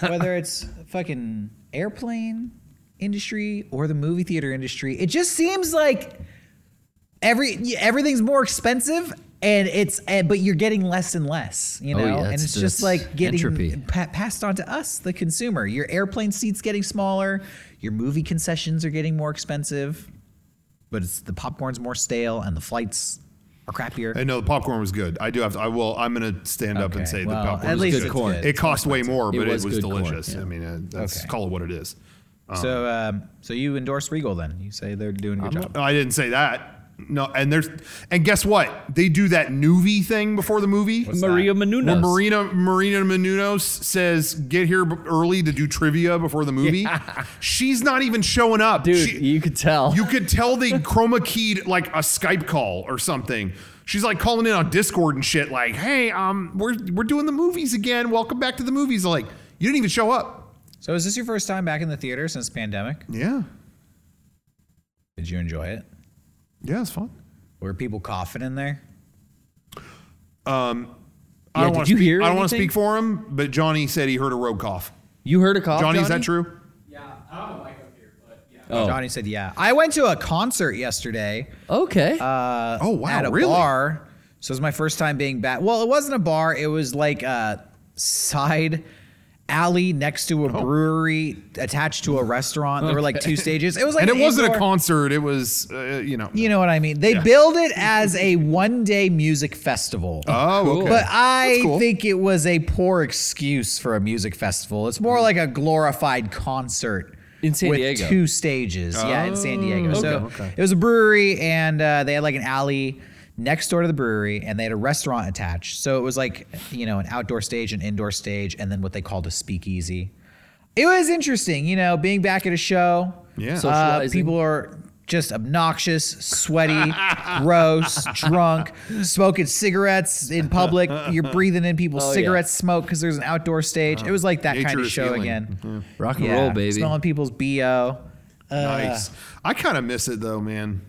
C: whether it's fucking airplane industry or the movie theater industry, it just seems like every everything's more expensive and it's eh, but you're getting less and less you
E: Oh,
C: know
E: yeah,
C: and
E: it's
C: it's
E: just
C: just like
E: entropy.
C: getting pa- passed on to us the consumer your airplane seats getting smaller your movie concessions are getting more expensive but it's the popcorn's more stale and the flights are crappier
A: I know the popcorn was good. I do have to. I will. I'm gonna stand up and
C: Okay,
A: say
C: well,
A: the popcorn.
C: at
A: was
C: least
A: good.
C: it's good.
A: It cost way more,
E: It
A: but it was,
E: was good corn,
A: delicious.
E: yeah.
A: I mean, uh, that's
C: Okay.
A: call it what it is.
C: so um, so you endorse regal then you say they're doing a good job
A: I didn't say that. No, and there's and guess what? They do that newbie thing before the movie.
E: Maria
A: Where
E: Menounos.
A: Marina Marina Menounos says, "Get here b- early to do trivia before the movie." She's not even showing up,
E: Dude,
A: She-
E: you could tell.
A: You could tell they chroma keyed like a Skype call or something. She's like calling in on Discord and shit, like, "Hey, um, we're we're doing the movies again. Welcome back to the movies." Like, you didn't even show up.
C: so is this your first time back in the theater since pandemic
A: Yeah,
C: did you enjoy it
A: yeah, it's fun.
C: were people coughing in there
A: I
E: Yeah,
A: don't
E: did
A: wanna
E: you
A: speak-
E: hear
A: I don't want to
E: anything?
A: speak for him, but Johnny said he heard a rogue cough.
E: you heard a cough,
A: Johnny,
E: Johnny?
A: is that true?
E: Oh.
C: Johnny said, "Yeah, I went to a concert yesterday
E: Okay. Uh,
A: oh wow,
C: at a
A: really?
C: bar. So it was my first time being back. Well, it wasn't a bar. It was like a side alley next to
A: Oh.
C: a brewery attached to a restaurant. There were like two stages. It was like
A: and it
C: an
A: wasn't a
C: indoor-
A: concert. It was, uh, you know.
C: You know what I mean? They billed it as a one-day music festival.
A: oh,
E: Cool.
A: okay.
C: But I
A: That's cool.
C: think it was a poor excuse for a music festival. It's more like a glorified concert
E: In San
C: with
E: Diego.
C: two stages. yeah, in San Diego. so
E: okay.
C: it was a brewery, and uh, they had like an alley next door to the brewery, and they had a restaurant attached. So it was like you know an outdoor stage, an indoor stage, and then what they called a speakeasy. It was interesting, you know, being back at a show.
A: yeah.
E: So-
C: Uh,
E: Socializing.
C: people are just obnoxious, sweaty, gross, drunk, smoking cigarettes in public. You're breathing in people's
E: Oh, yeah.
C: cigarette smoke because there's an outdoor stage. it was like that kind
A: nature
C: of
A: is
C: show
A: healing.
C: again.
E: Rock and
C: Yeah,
E: roll, baby.
C: Smelling people's bo.
A: nice. I kind of miss it though, man.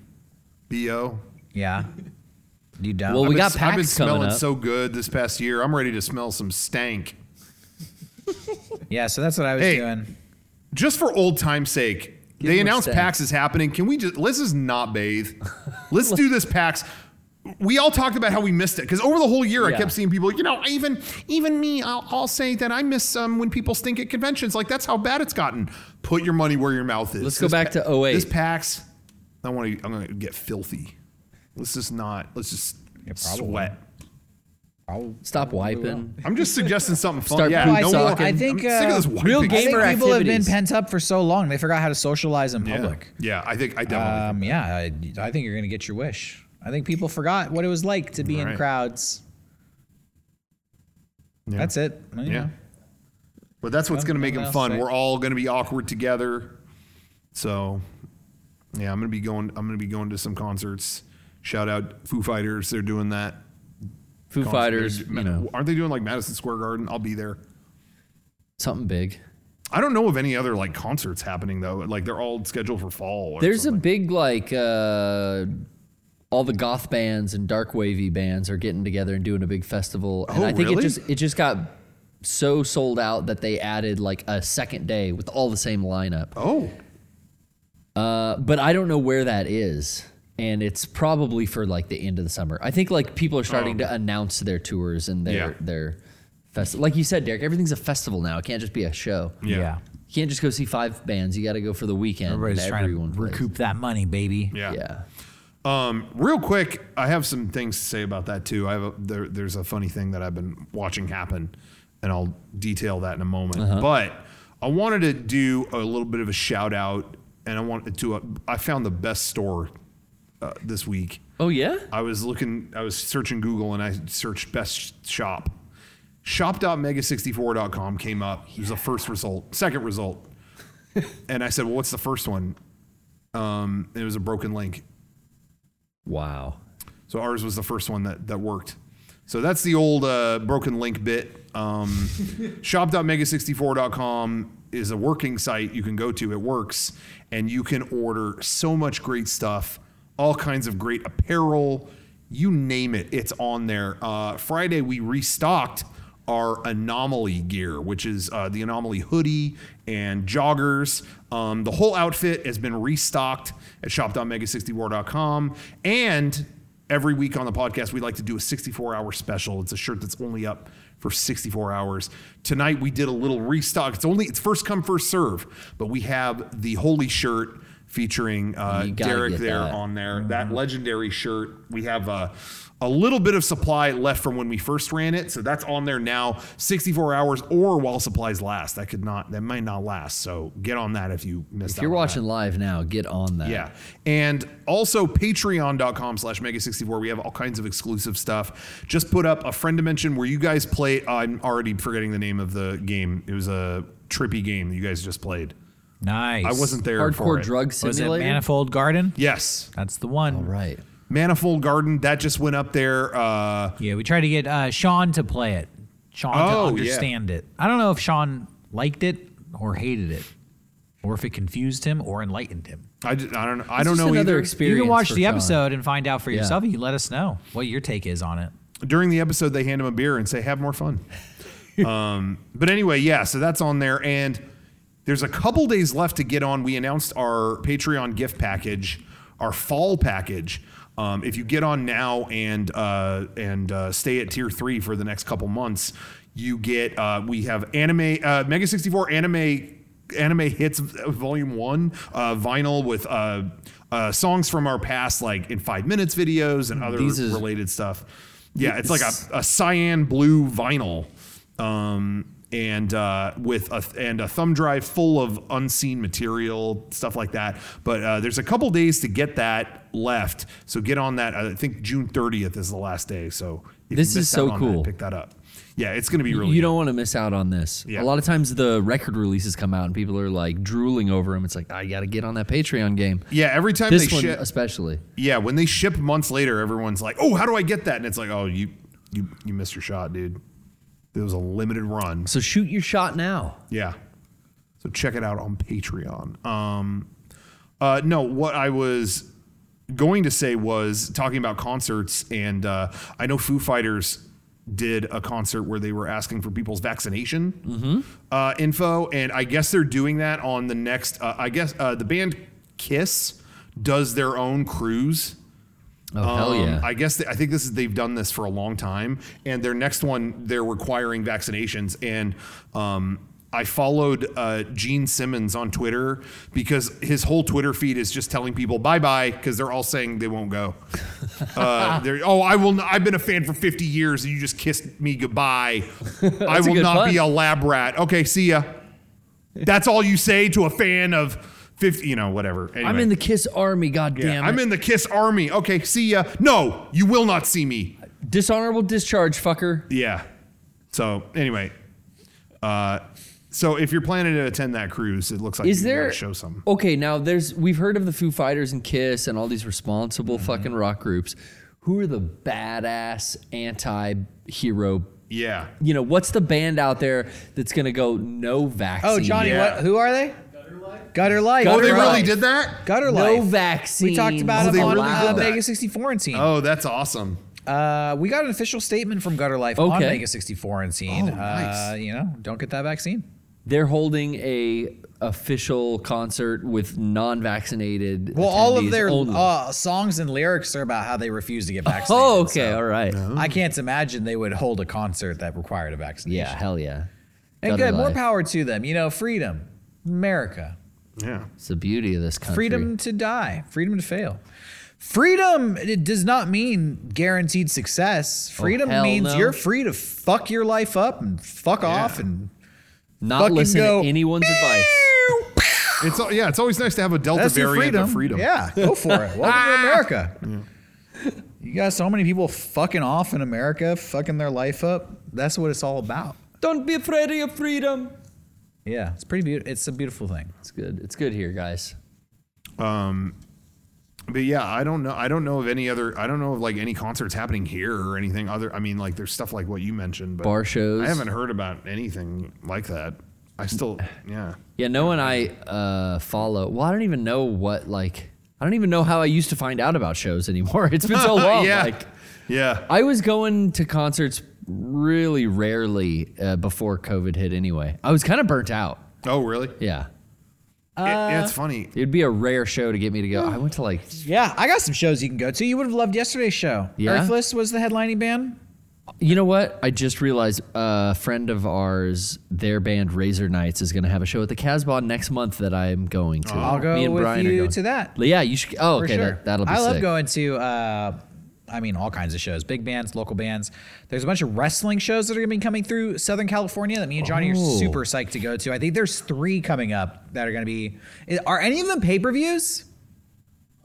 A: Bo.
C: Yeah. You don't.
E: Well, we
A: I've
E: got
A: been- I've been
E: PAX coming
A: smelling
E: up.
A: so good this past year. I'm ready to smell some stank.
C: yeah. So that's what I was
A: Hey.
C: doing.
A: Just for old time's sake,
E: Give
A: they
E: him a
A: announced
E: stank.
A: PAX is happening. Can we just let's just not bathe? Let's do this PAX. We all talked about how we missed it because over the whole year I
E: Yeah.
A: kept seeing people. You know, even even me, I'll, I'll say that I miss um, when people stink at conventions. Like that's how bad it's gotten. Put your money where your mouth is.
E: Let's go
A: This
E: back to 08.
A: This PAX, I want to. I'm going to get filthy. Let's just not. Let's just
C: probably.
A: sweat.
E: Stop wiping.
A: I'm just suggesting something fun.
E: Start
A: yeah,
E: poop
A: more-
E: sucking.
C: I think,
A: I'm sick of
C: uh,
A: this wiping
E: real
A: shit.
C: I think
E: Gamer
C: people have been
E: activities.
C: pent up for so long they forgot how to socialize in public.
A: Yeah, I think I definitely.
C: Um, yeah, I, I think you're gonna get your wish. I think people forgot what it was like to be in
A: Right.
C: crowds.
A: Yeah.
C: That's it. You
A: yeah.
C: know.
A: But that's what's going to make
C: nothing
A: it
C: else
A: fun.
C: to say.
A: We're all going to be awkward together. So, yeah, I'm going to be going. I'm going to be going to some concerts. Shout out Foo Fighters. They're doing that.
E: Foo
A: concert.
E: Fighters,
A: They're-
E: you know,
A: aren't they doing like Madison Square Garden? I'll be there.
E: something big.
A: I don't know of any other like concerts happening though. Like they're all scheduled for fall. Or
E: There's a
A: something.
E: big like uh, all the goth bands and dark wavy bands are getting together and doing a big festival. And
A: Oh,
E: I think it
A: really?
E: just it just got so sold out that they added like a second day with all the same lineup.
A: oh
E: Uh, but I don't know where that is. And it's probably for like the end of the summer. I think like people are starting to announce their tours and their
A: Oh. Yeah.
E: their festival. Like you said, Derek, everything's a festival now. It can't just be a show.
A: yeah. yeah.
E: You can't just go see five bands. You got to go for the weekend. and
C: Everybody's trying
E: everyone
C: to
E: plays.
C: recoup that money, baby.
E: yeah.
A: Real quick, I have some things to say about that too. I have a, there, there's a funny thing that I've been watching happen, and I'll detail that in a moment. But I wanted to do a little bit of a shout out, and I wanted to. Uh, I found the best store uh, this week.
E: Oh yeah.
A: I was looking, I was searching Google and I searched best shop. Shop.mega64.com came up. It was the first result, second result. and I said, Well, what's the first one? Um, it was a broken link.
E: Wow.
A: So ours was the first one that, that worked. So that's the old uh, broken link bit. Um, shop.mega64.com is a working site you can go to. It works, and you can order so much great stuff, all kinds of great apparel, you name it. It's on there. Uh, Friday we restocked our anomaly gear, which is uh, the anomaly hoodie and joggers. Um, the whole outfit has been restocked at shop.mega64.com. And every week on the podcast, we like to do a 64 hour special. It's a shirt that's only up for 64 hours. Tonight we did a little restock. It's only it's first come first serve, but we have the holy shirt featuring uh,
E: You gotta
A: Derek
E: get
A: there
E: that. Mm-hmm.
A: on on there. That legendary shirt, we have a, a little bit of supply left from when we first ran it, so that's on there now. 64 hours or while supplies last. That could not. That might not last. So get on that if you missed.
E: If you're
A: out on that.
E: watching live now, get on that.
A: Yeah. And also patreon.com slash mega64. We have all kinds of exclusive stuff. Just put up a friend dimension where you guys play. I'm already forgetting the name of the game. It was a trippy game that you guys just played.
C: Nice.
A: I wasn't there for
E: Hardcore
A: it.
E: drug
C: Was it
E: simulator.
C: Manifold Garden?
A: Yes.
C: That's the one.
E: right.
A: Manifold Garden. That just went up there. Uh,
C: Yeah, we tried to get uh, Sean to play it. Sean
A: Oh,
C: to
A: yeah.
C: understand it. I don't know if Sean liked it or hated it, or if it confused him or enlightened him.
A: I, d- I don't know. I don't
E: just
A: know
E: another
A: either.
E: experience.
C: you can watch
E: for
C: the
E: Sean.
C: episode and find out for yourself. and You let us know what your take is on it.
A: During the episode, they hand him a beer and say, "Have more fun." um, but anyway, yeah. So that's on there, and there's a couple days left to get on. We announced our Patreon gift package, our fall package. Um, if you get on now and uh, and uh, stay at tier three for the next couple months, you get uh, we have anime uh, Mega 64 anime anime hits uh, volume one uh, vinyl with uh, uh, songs from our past like in five minutes videos and other
E: Hmm, These is-
A: related stuff yeah it's like a, a cyan blue vinyl um, and uh, with a and a thumb drive full of unseen material stuff like that but uh, there's a couple days to get that left so get on that i think june 30th is the last day so if you
E: This is
A: missed
E: so
A: out on that,
E: cool.
A: pick that up yeah it's going to be really
E: You
A: good.
E: don't want to miss out on this.
A: Yeah.
E: A lot of times the record releases come out and people are like drooling over them. It's like I got to get on that Patreon game.
A: yeah every time
E: This
A: they
E: one
A: ship
E: especially.
A: Yeah, when they ship months later, everyone's like, "Oh, how do I get that?" And it's like, "Oh, you you you missed your shot, dude. It was a limited run."
E: So shoot your shot now.
A: Yeah. So check it out on Patreon. Um, uh, no, what I was going to say was talking about concerts, and uh, I know Foo Fighters did a concert where they were asking for people's vaccination uh, info, and I guess they're doing that on the next. Uh, I guess uh, the band Kiss does their own cruise.
E: Oh hell
A: Um,
E: yeah.
A: I guess th- I think this is they've done this for a long time, and their next one they're requiring vaccinations. And um, I followed uh, Gene Simmons on Twitter because his whole Twitter feed is just telling people bye bye because they're all saying they won't go. Uh, they're, oh, I will. Not, I've been a fan for 50 years, and you just kissed me goodbye. I
E: a
A: will
E: good
A: not
E: pun.
A: be a lab rat. Okay, see ya. That's all you say to a fan of 50. You know, whatever.
E: I'm
A: Anyway.
E: in the Kiss army. God
A: Yeah,
E: damn it.
A: I'm in the Kiss Army. Okay, see ya. No, you will not see me.
E: dishonorable discharge, fucker.
A: Yeah. So anyway, uh, so if you're planning to attend that cruise, it looks like
E: Is
A: you
E: there
A: gotta show some.
E: Okay, now there's we've heard of the Foo Fighters and Kiss and all these responsible fucking rock groups. Who are the badass anti-hero
A: Yeah.
E: You know, what's the band out there that's going to go no vaccine?
B: Oh, Johnny,
A: Yeah.
B: what? Who are they? Gutter Life.
A: Oh, they
E: Gutter
A: really
E: Life.
A: did that?
B: Gutter Life.
E: No vaccine.
B: We talked about
A: Oh,
B: it
A: they
B: on
A: really
B: uh,
A: did that.
B: Mega 64 and Scene.
A: Oh, that's awesome.
B: Uh,
C: We got an official statement from Gutter Life on
E: Okay.
C: Mega 64 and scene.
A: Oh, nice.
C: uh, you know, don't get that vaccine.
E: They're holding a official concert with non-vaccinated.
C: Well, all
E: attendees
C: of their
E: only.
C: uh, songs and lyrics are about how they refuse to get vaccinated.
E: oh, okay,
C: so
E: all right.
C: I can't imagine they would hold a concert that required a vaccination.
E: Yeah, hell yeah.
C: And
E: Gutter
C: good, more
E: Life.
C: power to them. You know, freedom, America,
A: Yeah.
E: It's the beauty of this country.
C: freedom to die, freedom to fail. Freedom it does not mean guaranteed success. Freedom
E: Oh, hell
C: means
E: no.
C: you're free to fuck your life up and fuck off and
E: Not
C: fucking
E: listen
C: go,
E: to anyone's advice.
A: It's al- yeah, it's always nice to have a Delta
C: That's your
A: variant
C: freedom.
A: of freedom.
C: Yeah, go for it. Welcome to America. You got so many people fucking off in America, fucking their life up. That's what it's all about.
E: Don't be afraid of your freedom.
C: Yeah, it's pretty beautiful. It's a beautiful thing.
E: It's good. It's good here, guys.
A: But yeah, I don't know. I don't know of any other. I don't know of like any concerts happening here or anything other. I mean, like there's stuff like what you mentioned, but
E: Bar shows.
A: I haven't heard about anything like that. I still, yeah.
E: Yeah, no one I uh, follow. Well, I don't even know what like. I don't even know how I used to find out about shows anymore. It's been so long.
A: Uh, yeah.
E: Like
A: yeah.
E: I was going to concerts really rarely uh, before COVID hit. Anyway, I was kind of burnt out.
A: Oh, really?
E: Yeah,
A: It-
C: Uh,
A: yeah, it's funny.
E: it'd be a rare show to get me to go. I went to like
C: Yeah, I got some shows you can go to. You would have loved yesterday's show.
E: Yeah?
C: Earthless was the headlining band.
E: You know what? I just realized a friend of ours, their band Razor Knights, is going to have a show at the Casbah next month that I'm going to.
C: I'll go
E: Me and
C: with
E: Brian are
C: you
E: going.
C: to that.
E: Yeah, you should. Oh,
C: For
E: okay,
C: sure.
E: that, that'll be
C: I
E: sick.
C: love going to, uh, I mean, all kinds of shows, big bands, local bands. There's a bunch of wrestling shows that are going to be coming through Southern California that me and Johnny
E: Oh.
C: are super psyched to go to. I think there's three coming up that are going to be. i- Are any of them pay per views?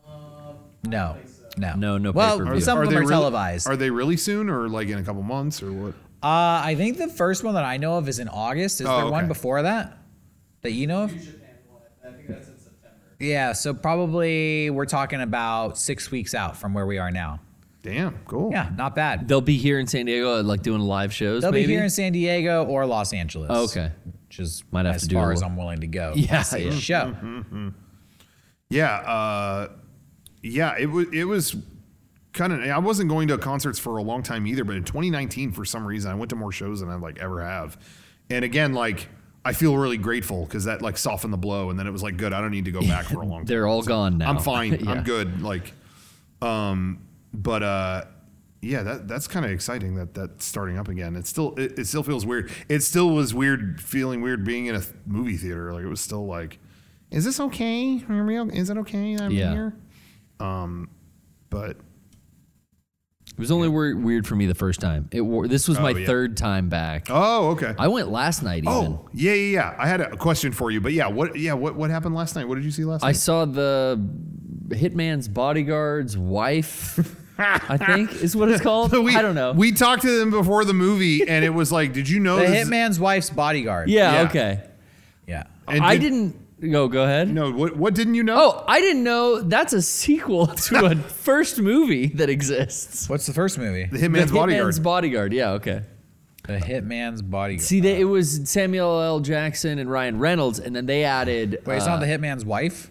A: Uh,
C: No. No.
E: No, no
C: Well,
E: pay-per-view.
C: some of them
A: they
C: are
A: really-
C: televised.
A: Are they really soon or like in a couple months or what?
C: Uh, I think the first one that I know of is in August. Is
A: Oh,
C: there one
A: okay.
C: before that that you know of? Yeah, so probably we're talking about six weeks out from where we are now.
A: Damn, cool.
C: Yeah, not bad.
E: They'll be here in San Diego, uh, like doing live shows.
C: They'll
E: maybe?
C: be here in San Diego or Los Angeles.
E: Oh, okay.
C: which is
E: Might have
C: as
E: to do
C: far
E: a
C: as
E: lo-
C: I'm willing to go.
E: Yeah,
C: to see a
E: yeah.
C: show.
A: Yeah, uh, yeah. It was it was kind of. I wasn't going to concerts for a long time either, but in 2019, for some reason, I went to more shows than I like ever have. And again, like I feel really grateful because that like softened the blow, and then it was like, good. I don't need to go back for a long. time.
E: They're all gone now.
A: I'm fine.
E: Yeah.
A: I'm good. Like, um, but uh, yeah, that that's kind of exciting that that's starting up again. It still it, it still feels weird. It still was weird feeling weird being in a th- movie theater. Like it was still like, is this okay? Are we, o- is it okay? that I'm
E: Yeah.
A: here. Um, but
E: It was only weir- weird for me the first time. It wore, this was my
A: yeah.
E: third time back.
A: oh, okay.
E: I went last night. Even.
A: oh, yeah, yeah, yeah. I had a question for you, but yeah, what yeah what what happened last night? What did you see last
E: I
A: night?
E: saw the hitman's bodyguard's wife. I think is what it's called.
A: we,
E: I don't know.
A: We talked to them before the movie, and it was like, did you know
C: The
A: this-
C: Hitman's Wife's Bodyguard.
E: yeah,
A: yeah.
E: Okay.
C: yeah.
A: and
E: I
A: did-
E: didn't. Go. Go ahead.
A: No, what what didn't you know?
E: Oh, I didn't know that's a sequel to a first movie that exists.
C: What's the first movie?
A: The Hitman's
E: The
A: Bodyguard.
E: Hitman's Bodyguard. Yeah. Okay.
C: The Hitman's Bodyguard.
E: See, they, it was Samuel L. Jackson and Ryan Reynolds, and then they added.
C: Wait, it's
E: uh,
C: not the Hitman's wife.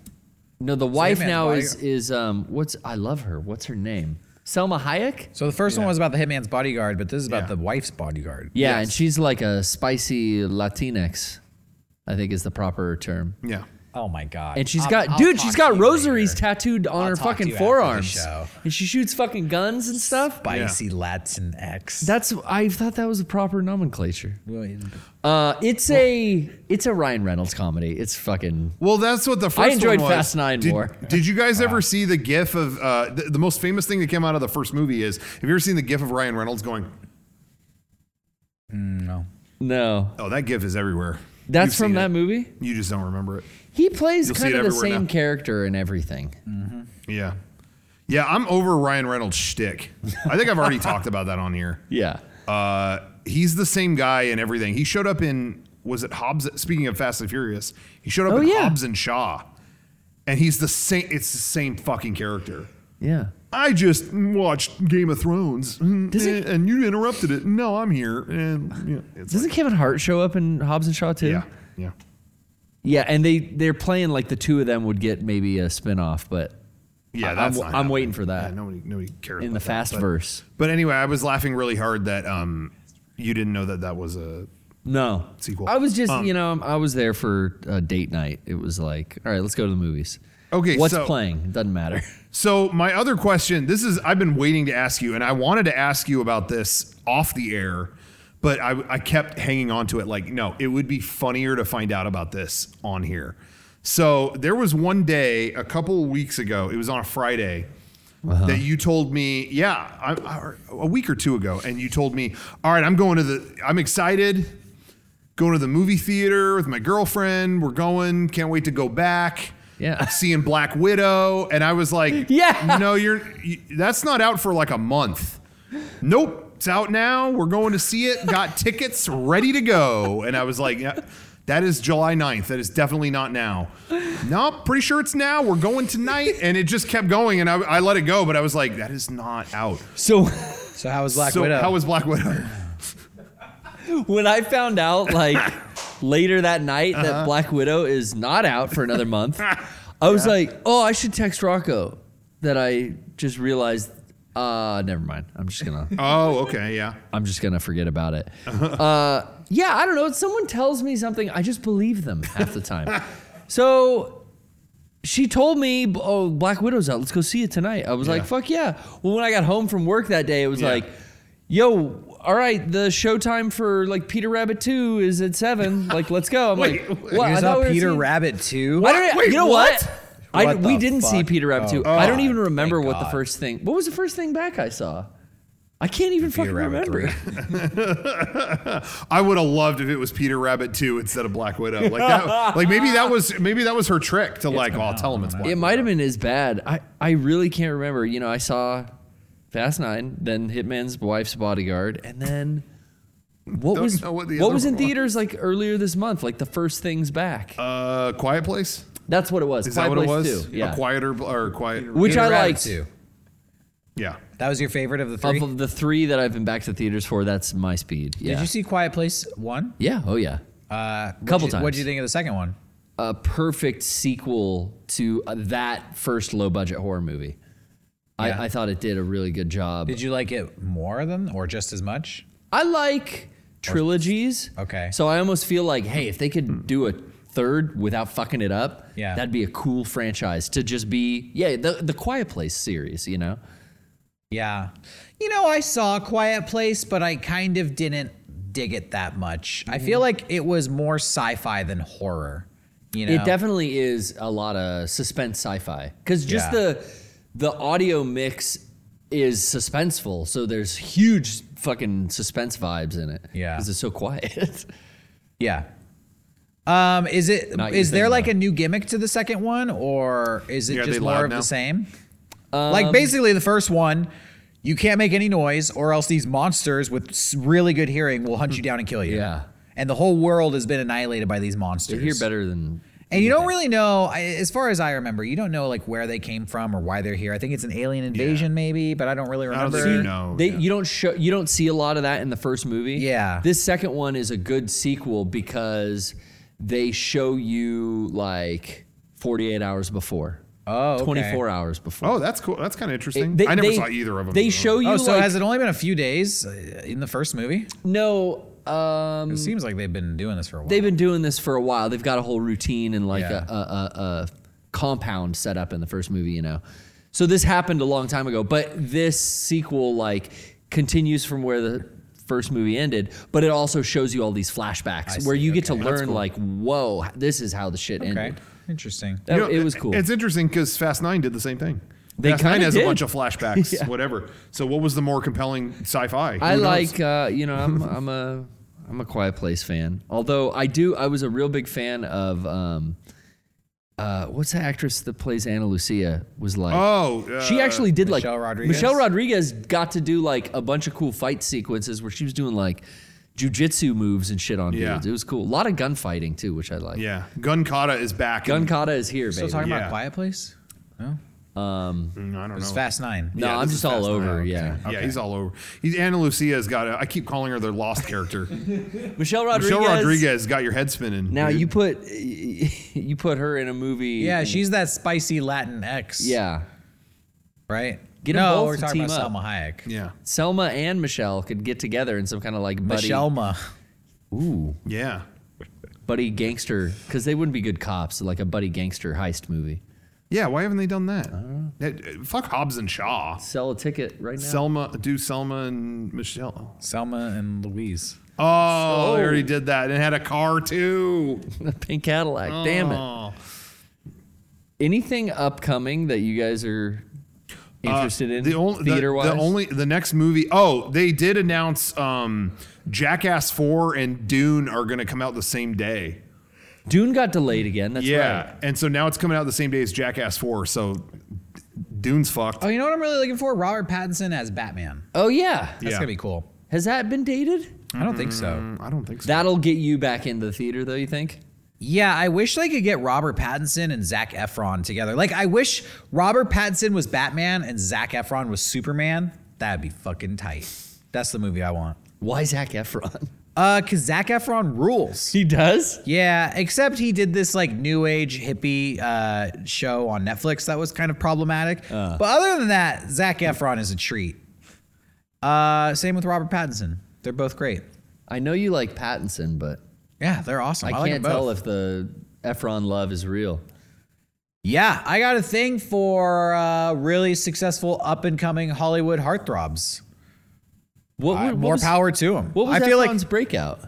E: No, the wife
C: Hitman's
E: now is
C: Bodyguard.
E: is um. What's I love her. What's her name? Selma Hayek.
C: So the first one was about the Hitman's Bodyguard, but this is about
A: Yeah.
C: the wife's bodyguard.
E: Yeah,
A: Yes.
E: and she's like a spicy Latinx, I think is the proper term.
A: Yeah.
C: Oh my god.
E: And she's
C: I'll-
E: got,
C: I'll
E: dude,
C: talk
E: she's
C: to
E: got
C: you
E: rosaries
C: later.
E: tattooed on
C: I'll
E: her
C: talk to
E: fucking
C: you after the
E: forearms,
C: show.
E: and she shoots fucking guns and stuff.
C: Spicy Latin X.
E: That's I thought that was the proper nomenclature. Uh, it's a it's a Ryan Reynolds comedy. It's fucking
A: Well, that's what the first.
E: enjoyed
A: one was.
E: Fast Nine
A: did,
E: more.
A: Did you guys ever see the GIF of uh, the, the most famous thing that came out of the first movie? Is have you ever seen the GIF of Ryan Reynolds going?
C: no.
E: no.
A: Oh, that GIF is everywhere.
E: That's
A: You've
E: from
A: seen
E: that
A: it.
E: movie.
A: You just don't remember it.
E: He plays
A: You'll see
E: kind
A: it
E: of the
A: everywhere
E: same
A: now.
E: character in everything.
B: Mm.
A: Yeah, yeah. I'm over Ryan Reynolds shtick. I think I've already talked about that on here.
E: Yeah.
A: Uh, he's the same guy in everything. He showed up in was it Hobbs? Speaking of Fast and Furious, he showed up
E: Oh,
A: in
E: yeah.
A: Hobbs and Shaw, and he's the same. It's the same fucking character.
E: Yeah.
A: I just watched Game of Thrones, mm, eh, and you interrupted it. No, I'm here, and yeah, it's
E: Doesn't Kevin Hart show up in Hobbs and Shaw too?
A: like, yeah, yeah.
E: Yeah, and they they're playing like the two of them would get maybe a spin-off, but
A: Yeah,
E: I- I'm-
A: that's not
E: I'm
A: happening.
E: waiting for that.
A: Yeah, nobody, nobody cares
E: in the
A: about that,
E: fast
A: but-
E: verse.
A: But anyway, I was laughing really hard that um, you didn't know that that was a
E: No.
A: Sequel.
E: I was just,
A: Um,
E: you know, I was there for a date night. It was like, all right, let's go to the movies.
A: Okay,
E: What's
A: so-
E: playing? It doesn't matter.
A: So my other question, this is I've been waiting to ask you, and I wanted to ask you about this off the air, but I, I kept hanging on to it. Like, no, it would be funnier to find out about this on here. So there was one day a couple of weeks ago. It was on a Friday.
E: Uh-huh.
A: That you told me, yeah, I, I, a week or two ago, and you told me, all right, I'm going to the, I'm excited, going to the movie theater with my girlfriend. We're going, can't wait to go back
E: Yeah.
A: seeing Black Widow, and I was like,
E: Yeah.
A: no, you're you, that's not out for like a month. Nope, it's out now. We're going to see it. Got tickets ready to go, and I was like, yeah, that is July 9th. That is definitely not now. Nope, pretty sure it's now. We're going tonight, and it just kept going, and I, I let it go, but I was like, that is not out.
E: So
B: So how was Black
A: so
B: Widow?
A: how was Black Widow?
E: when I found out, like later that night, that Black Widow is not out for another month, I was like, oh, I should text Rocco that I just realized. Uh, never mind. I'm just gonna.
A: Oh, okay, yeah.
E: I'm just gonna forget about it.
A: Uh-huh.
E: Uh, yeah, I don't know. If someone tells me something, I just believe them half the time. so she told me, b- "Oh, Black Widow's out. Let's go see it tonight." I was like,
A: Yeah.
E: "Fuck yeah!" Well, when I got home from work that day, it was
A: Yeah.
E: like, "Yo, all right, the showtime for like Peter Rabbit Two is at seven. Like, let's go." I'm
A: Wait,
E: like,
A: wait.
E: "What? I
B: You
E: thought
B: saw
E: we were
B: Peter
E: seeing-
B: Rabbit too?
E: I don't.
A: Wait,
E: you know
A: what?
E: what? I,
B: What
E: we
B: the
E: didn't see
B: fuck?
E: Peter Rabbit
B: Oh,
E: Two. I don't
B: God.
E: even remember
B: Thank
E: what the
B: God.
E: first thing. What was the first thing back I saw? I can't even fucking
B: Rabbit
E: remember.
A: I would have loved if it was Peter Rabbit too instead of Black Widow. Like that, like maybe that was maybe that was her trick to like, oh, I'll tell him it's Black.
E: It might have been as bad. I, I really can't remember. You know, I saw Fast Nine, then Hitman's Wife's Bodyguard, and then what
A: Don't
E: was
A: know what
E: what,
A: the other
E: was in
A: one was.
E: theaters like earlier this month, like the first things back.
A: Uh, Quiet Place.
E: That's what it was.
A: Is
E: Quiet
A: that what it
E: Place
A: was?
E: 2, Yeah.
A: A quieter or quiet.
E: Which
B: Peter
E: I
B: Rabbit
E: liked.
B: too.
A: Yeah.
B: That was your favorite of the three.
E: Of the three that I've been back to theaters for, that's my speed. Yeah.
C: Did you see Quiet Place one?
E: yeah. Oh yeah.
C: Uh, what'd
E: Couple
C: you-
E: times.
C: What'd you think of the second one?
E: A perfect sequel to uh, that first low budget horror movie.
C: Yeah.
E: I, I thought it did a really good job.
C: Did you like it more than or just as much?
E: I like trilogies.
C: Okay.
E: So I almost feel like, hey, if they could do a third without fucking it up,
C: Yeah.
E: that'd be a cool franchise to just be, yeah, the, the Quiet Place series, you know?
C: Yeah. You know, I saw Quiet Place, but I kind of didn't dig it that much. I
E: Mm-hmm.
C: feel like it was more sci-fi than horror. You know,
E: It definitely is a lot of suspense sci-fi because just
C: Yeah.
E: the the audio mix is suspenseful. So there's huge fucking suspense vibes in it.
C: Yeah.
E: because it's so quiet.
C: yeah. Um, is it
E: Not your
C: is there
E: thing,
C: like
E: though.
C: a new gimmick to the second one, or is it
A: Yeah, are
C: just
A: they
C: more
A: loud
C: of
A: now?
C: the same?
E: Um,
C: like basically the first one, you can't make any noise, or else these monsters with s- really good hearing will hunt you down and kill you.
E: Yeah.
C: And the whole world has been annihilated by these
E: you
C: monsters.
E: hear better than
C: And you don't really know, I- as far as I remember, you don't know like where they came from or why they're here. I think it's an alien invasion, maybe, but I don't really
A: I don't
C: remember.
A: think you know.
E: They,
A: Oh, yeah.
E: You don't show you don't see a lot of that in the first movie.
C: Yeah.
E: This second one is a good sequel because they show you like 48 hours before.
C: Oh, okay.
E: 24 hours before.
A: oh, that's cool. That's kind of interesting.
E: They-
A: I never
E: they-
A: saw either of them.
E: They show you
C: Oh, so
E: like,
C: has it only been a few days uh, in the first movie?
E: no um
C: It seems like they've been doing this for a while.
E: they've been doing this for a while. They've got a whole routine and like
C: Yeah.
E: a, a, a, a compound set up in the first movie, you know. So this happened a long time ago, but this sequel like continues from where the first movie ended, but it also shows you all these flashbacks where you get to learn like, whoa, this is how the shit
C: okay.
E: ended.
C: Interesting.
E: That,
A: You know,
E: it was cool.
A: It's interesting because Fast Nine did the same thing.
E: They
A: Fast Nine
E: kinda
A: has a
E: did.
A: bunch of flashbacks,
E: Yeah.
A: whatever. So what was the more compelling sci-fi?
E: I
A: Who knows?
E: like, uh, you know, I'm, I'm a I'm a Quiet Place fan. Although I do, I was a real big fan of um, uh, what's the actress that plays Anna Lucia was like.
A: Oh, uh,
E: she actually did
C: Michelle
E: like
C: Rodriguez?
E: Michelle Rodriguez got to do like a bunch of cool fight sequences where she was doing like jujitsu moves and shit on
A: Yeah.
E: dudes. It was cool. A lot of gunfighting too, which I like.
A: Yeah, Gun Kata is back.
E: Gun
A: and-
E: kata is here, baby.
C: Still talking
A: Yeah.
C: about Quiet Place?
A: Mm, I don't
C: It's
A: know.
C: Fast Nine.
E: No,
A: Yeah,
E: I'm
A: this is
E: just all
A: Fast Nine.
E: over.
A: Okay.
E: Yeah.
A: Yeah, he's all over. He's Anna Lucia's got. A, I keep calling her their lost character.
E: Michelle Rodriguez.
A: Michelle Rodriguez got your head spinning.
E: Now
A: dude.
E: you put you put her in a movie.
C: Yeah,
E: and-
C: she's that spicy Latin ex.
E: Mm-hmm. yeah.
C: Right?
E: Get 'em
C: no,
E: both
C: we're
E: to
C: talking
E: team
C: about
E: up.
C: Selma Hayek.
A: Yeah.
E: Selma and Michelle could get together in some kind of like buddy,
C: Michelma.
E: ooh,
A: Yeah.
E: buddy gangster, because they wouldn't be good cops, like a buddy gangster heist movie.
A: Yeah. Why haven't they done that? That- uh, fuck Hobbs and Shaw.
E: Sell a ticket right now.
A: Selma, do Selma and Michelle.
C: Selma and Louise.
A: Oh, they already did that and had a car too.
E: the pink Cadillac. Damn it.
A: Oh.
E: Anything upcoming that you guys are
C: Uh,
E: interested in
A: Uh, The only
E: theater
A: the,
E: wise?
A: the only the next movie. Oh, they did announce um, Jackass Four and Dune are going to come out the same day.
E: Dune got delayed again. That's
A: yeah,
E: right.
A: and so now it's coming out the same day as Jackass Four. So D- Dune's fucked.
C: Oh, you know what I'm really looking for? Robert Pattinson as Batman.
E: Oh yeah.
C: That's
A: Yeah.
C: gonna be cool.
E: Has that been dated?
C: I don't think so.
A: Mm, I don't think so.
E: That'll get you back into the theater though, you think?
C: Yeah, I wish they could get Robert Pattinson and Zach Efron together. Like, I wish Robert Pattinson was Batman and Zach Efron was Superman. That'd be fucking tight. That's the movie I want.
E: Why Zach Efron?
C: Uh, cause Zach Efron rules.
E: He does?
C: Yeah, except he did this like new age hippie uh, show on Netflix that was kind of problematic. But other than that, Zach Efron is a treat. Uh, same with Robert Pattinson. They're both great.
E: I know you like Pattinson, but
C: Yeah, they're awesome.
E: I,
C: I, like
E: can't
C: them both.
E: tell if the Efron love is real.
C: Yeah, I got a thing for uh, really successful up and coming Hollywood heartthrobs.
E: What,
C: Uh,
E: what
C: more
E: was,
C: power to them.
E: What was
C: I feel
E: Efron's
C: like
E: breakout?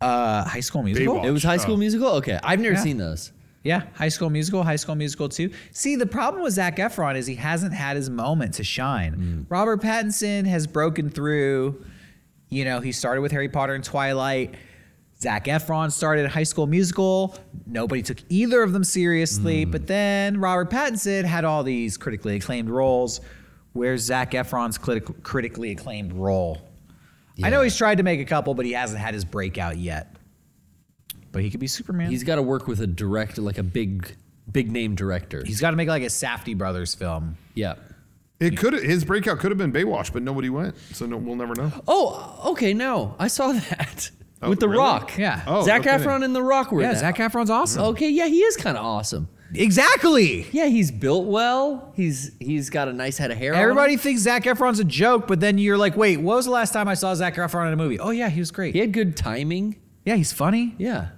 C: uh, High School Musical.
A: Baywatch.
E: It was High School
A: Oh.
E: Musical. Okay, I've never
C: Yeah.
E: seen those.
C: Yeah, High School Musical, High School Musical 2. See, the problem with Zach Efron is he hasn't had his moment to shine. Robert Pattinson has broken through. You know, he started with Harry Potter and Twilight. Zach Efron started High School Musical. Nobody took either of them seriously. But then Robert Pattinson had all these critically acclaimed roles. Where's Zach Efron's critic- critically acclaimed role? I know he's tried to make a couple, but he hasn't had his breakout yet. But he could be Superman.
E: He's got to work with a director, like a big, big name director.
C: He's got to make like a Safdie brothers film.
E: yeah.
A: It could his breakout could have been Baywatch, but nobody went, so no, we'll never know.
E: Oh, okay. No, I saw that
A: Oh,
E: with The
A: really?
E: Rock.
C: Yeah.
A: Oh,
E: Zach
A: no kidding.
E: Efron and The Rock were.
C: Yeah,
E: in that.
C: Zac Efron's awesome.
E: Okay, yeah, he is kind of awesome.
C: Exactly.
E: Yeah, he's built well. He's he's got a nice head of hair. on him.
C: Everybody thinks Zach Efron's a joke, but then you're like, wait, what was the last time I saw Zach Efron in a movie? Oh yeah, he was great.
E: He
C: Yeah,
E: had good timing.
C: he's funny.
E: Yeah.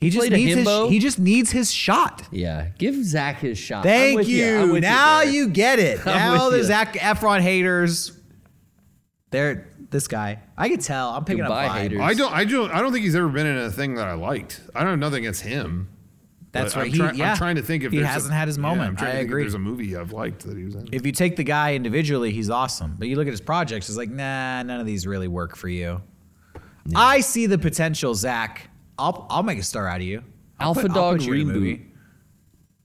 C: He just
E: played a
C: needs
E: himbo.
C: his, he just needs his shot.
E: Yeah. Give Zach his shot. I'm
C: Thank
E: with
C: you.
E: I'm with
C: now
E: there.
C: you, get it.
E: I'm
C: now
E: with
C: the
E: you.
C: Zach Efron haters, they're this guy. I could tell. I'm picking
E: Goodbye,
C: up vibe.
E: haters.
A: I don't. I don't. I don't think he's ever been in a thing that I liked. I don't have nothing against him.
C: That's
A: but
C: right.
A: I'm,
C: He-
A: try-
C: yeah.
A: I'm trying to think if
C: he
A: there's a-
C: hasn't had his
A: yeah, I'm
C: moment.
A: trying
C: I
A: to think if
C: agree.
A: there's a movie I've liked that he was in.
C: if you take the guy individually, he's awesome. But you look at his projects, it's like, nah, none of these really work for you. I see the potential, Zach. I'll I'll make a star out of you. I'll
E: Alpha
C: put- I'll
E: Dog
C: put you in a
E: reboot.
C: movie.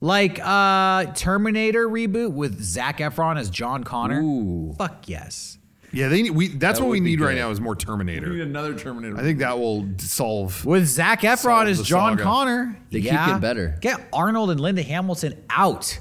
C: Like uh Terminator reboot with Zach Efron as John Connor.
E: Ooh.
C: Fuck yes.
A: Yeah, they need, we. That's
F: That
A: what we
F: would be
A: need right
F: good.
A: now is more
F: We need
A: Terminator.
F: another Terminator.
A: I think that will solve.
C: With Zach Efron
A: Solve
C: as
A: the
C: John
A: saga.
C: Connor.
E: They keep
C: yeah.
E: getting better.
C: Get Arnold and Linda Hamilton out.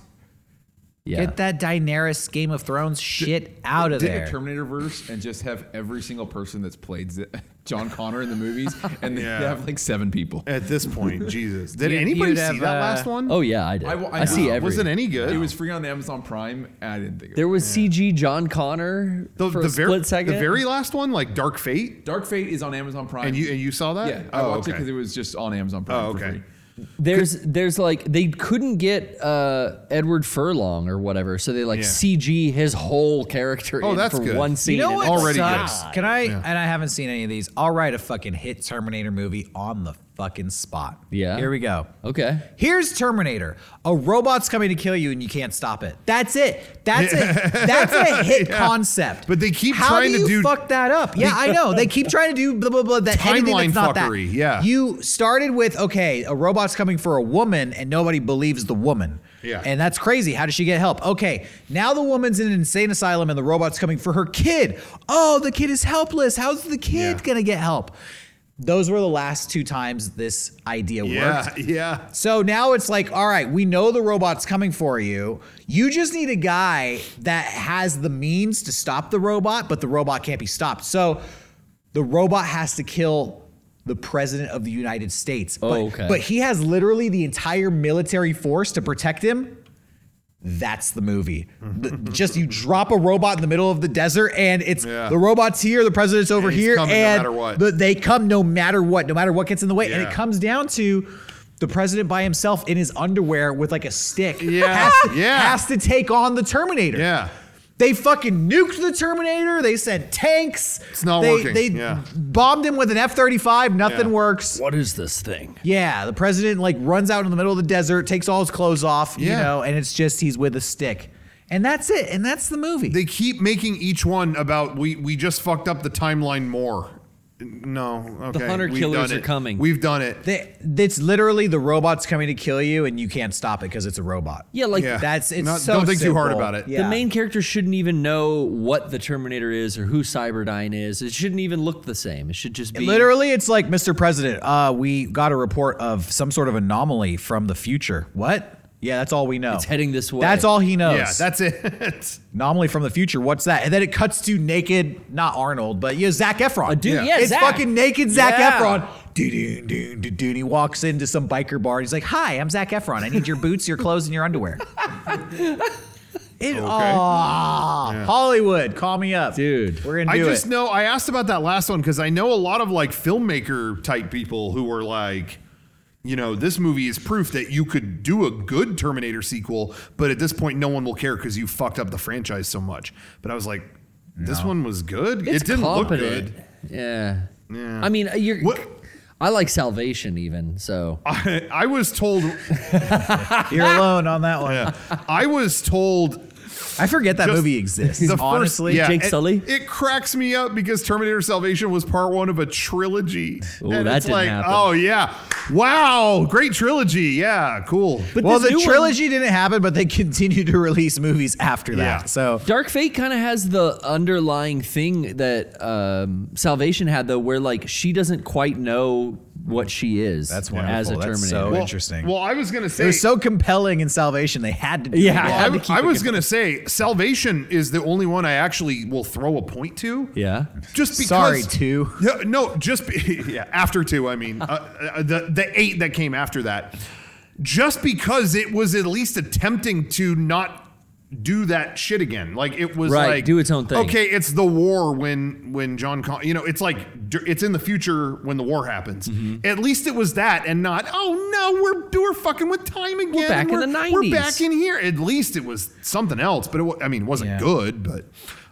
E: Yeah.
C: Get that Daenerys Game of Thrones shit out of
F: Did
C: there.
F: a Terminator verse and just have every single person that's played Z- John Connor in the movies, and they
A: Yeah.
F: have like seven people.
A: At this point, Jesus, did
C: You-
A: anybody
C: you'd
A: see
C: have,
A: that
C: uh,
A: last one?
E: Oh yeah, I did. I,
F: I w- I
E: see
F: know.
E: every.
A: was it any good?
F: It was free on the Amazon Prime. And I didn't think it
E: There
F: was.
E: was CG John Connor
A: the,
E: for
A: the
E: a
A: very
E: split second.
A: the very last one, like Dark Fate,
F: Dark Fate is on Amazon Prime.
A: and you and you saw that?
F: yeah, I watched it because it was just on Amazon Prime.
A: Oh,
F: for
A: okay.
F: free.
E: There's there's like they couldn't get uh, Edward Furlong or whatever, so they like
A: Yeah.
E: CG his whole character
A: Oh,
E: in
A: that's
E: for
A: good.
E: one scene.
C: You know
E: and
C: what
A: already
E: it's-
C: sucks?
A: good.
C: Can I?
A: Yeah.
C: And I haven't seen any of these. I'll write a fucking hit Terminator movie on the fucking spot.
E: Yeah.
C: Here we go.
E: Okay.
C: Here's Terminator. A robot's coming to kill you and you can't stop it. That's it. That's it. That's a hit
A: Yeah.
C: concept.
A: But they keep
C: How
A: trying
C: do
A: to
C: you
A: do-
C: fuck that up. Yeah, I know. They keep trying to do blah blah blah. That anything
A: Timeline
C: that's not
A: fuckery,
C: That.
A: yeah.
C: You started with okay, a robot's coming for a woman and nobody believes the woman.
A: Yeah.
C: And that's crazy. How does she get help? Okay, now the woman's in an insane asylum and the robot's coming for her kid. Oh, the kid is helpless. How's the kid
A: Yeah.
C: gonna get help? Those were the last two times this idea worked.
A: Yeah, yeah.
C: So now it's like, all right, we know the robot's coming for you. You just need a guy that has the means to stop the robot, but the robot can't be stopped. So the robot has to kill the president of the United States. But,
E: Oh, okay.
C: but he has literally the entire military force to protect him. That's the movie. The- just you drop a robot in the middle of the desert, and it's
A: Yeah.
C: the robot's here, the president's over
A: And he's
C: here,
A: coming no
C: and
A: matter what.
C: the- they come no matter what, no matter what gets in the way, and
A: Yeah.
C: it comes down to the president by himself in his underwear with like a stick
A: Yeah.
C: has, to,
A: Yeah.
C: has to take on the Terminator.
A: Yeah.
C: They fucking nuked the Terminator. They sent tanks.
A: It's not
C: they,
A: working.
C: They
A: Yeah.
C: bombed him with an F 35. Nothing
A: Yeah.
C: works.
E: What is this thing?
C: Yeah. The president like runs out in the middle of the desert, takes all his clothes off, you
A: Yeah.
C: know, and it's just he's with a stick. And that's it. And that's the movie.
A: They keep making each one about we we just fucked up the timeline more. No, okay.
E: hunter
A: we've
E: killers
A: done
E: are
A: it.
E: coming.
A: We've done it.
C: They- it's literally the robot's coming to kill you, and you can't stop it because it's a robot.
E: Yeah, like
A: Yeah.
C: That's it's
A: Not-
C: so
A: don't think too hard
C: simple.
A: about it. The
C: Yeah.
E: The main character shouldn't even know what the Terminator is or who Cyberdyne is. It shouldn't even look the same. It should just be
C: Literally, it's like, Mr. President, uh, we got a report of some sort of anomaly from the future. What? Yeah, that's all we know.
E: It's heading this way.
C: That's all he knows.
A: Yeah, that's it.
C: anomaly from the future. What's that? And then it cuts to naked, not Arnold, but yeah, Zach Efron.
E: A dude-
A: Yeah.
E: yeah,
C: it's
E: Zac.
C: fucking naked Zach
E: Yeah.
C: Efron. Doo-doo, doo, doo, doo. And He walks into some biker bar. And he's like, "Hi, I'm Zach Efron. I need your boots, your clothes, and your underwear." it, aw, Hollywood, call me up,
E: Dude.
C: We're gonna
A: I
C: do
A: just
C: it.
A: know I asked about that last one because I know a lot of like filmmaker type people who were like, you know, this movie is proof that you could do a good Terminator sequel, but at this point, no one will care because you fucked up the franchise so much. But I was like, this one was good.
E: It's
A: it didn't look
E: competent.
A: good.
E: Yeah. I mean, uh, you're.
A: What-
E: I like Salvation even. So
A: I, I was told,
C: You're alone on that one.
A: yeah, I was told
C: I forget that
A: Just
C: movie exists.
A: the first,
C: honestly,
A: yeah,
E: Jake
A: it-
E: Sully?
A: It, cracks me up because Terminator Salvation was part one of a trilogy.
E: Ooh,
A: and
E: that
A: it's
E: didn't
A: like,
E: happen.
A: oh yeah, wow, great trilogy, yeah, cool. But
C: well,
E: this
C: the
E: new one-
C: trilogy didn't happen, but they continued to release movies after that.
A: Yeah.
C: So
E: Dark Fate kind of has the underlying thing that um, Salvation had, though, where like she doesn't quite know what she is.
C: That's
E: As
C: wonderful.
E: a Terminator.
C: That's so interesting.
A: Well, I was gonna say,
C: it was so compelling in Salvation, they had to. Do
E: Yeah.
A: Well,
C: it.
E: I had
A: I,
E: to keep
A: I
E: it
A: was gonna say, Salvation is the only one I actually will throw a point to.
E: yeah.
A: Just because.
C: Sorry, two.
A: No, no just be, yeah, after two. I mean, uh, uh, the the eight that came after that. Just because it was at least attempting to not do that shit again. Like it was
E: Right,
A: like
E: do its own thing.
A: Okay, it's the war when when John Con- you know, it's like dur- it's in the future when the war happens.
E: Mm-hmm.
A: At least it was that and not oh no, we're we're fucking with time again.
E: back in
A: We're-
E: the
A: We're
E: 90s."
A: back in here. At least it was something else, but it, wa- I mean, it wasn't
C: Yeah.
A: good, but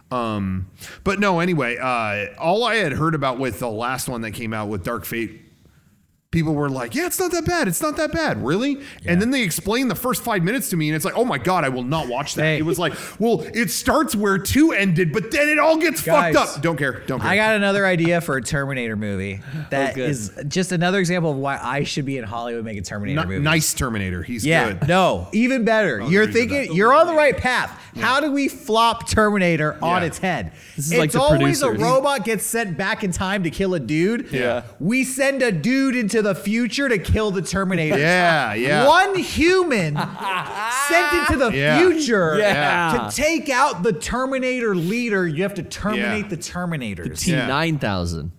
A: um but no, anyway, uh all I had heard about with the last one that came out with Dark Fate People were like, "Yeah, it's not that bad. It's not that bad, really." And then they explained the first five minutes to me, and it's like, "Oh my god, I will not watch that."
C: Hey.
A: It was like, "Well, it starts where two ended, but then it all gets
C: Guys.
A: fucked up." Don't care. Don't care.
C: I got another idea for a Terminator movie that
E: good.
C: is just another example of why I should be in Hollywood making Terminator
A: Ni-
C: movies.
A: nice Terminator. He's
C: Yeah,
A: good.
C: no, even better. you're
A: you did that.
C: thinking you're on the right path. How do we flop Terminator on
A: Yeah.
C: its head?
E: This is
C: it's
E: like the
C: always a
E: producers.
C: robot gets sent back in time to kill a dude.
A: Yeah.
C: we send a dude into the future to kill the Terminator.
A: Yeah, yeah.
C: One human sent into the
A: Yeah.
C: future
A: Yeah.
C: to take out the Terminator leader. You have to terminate
A: Yeah.
C: the Terminators.
E: T nine thousand.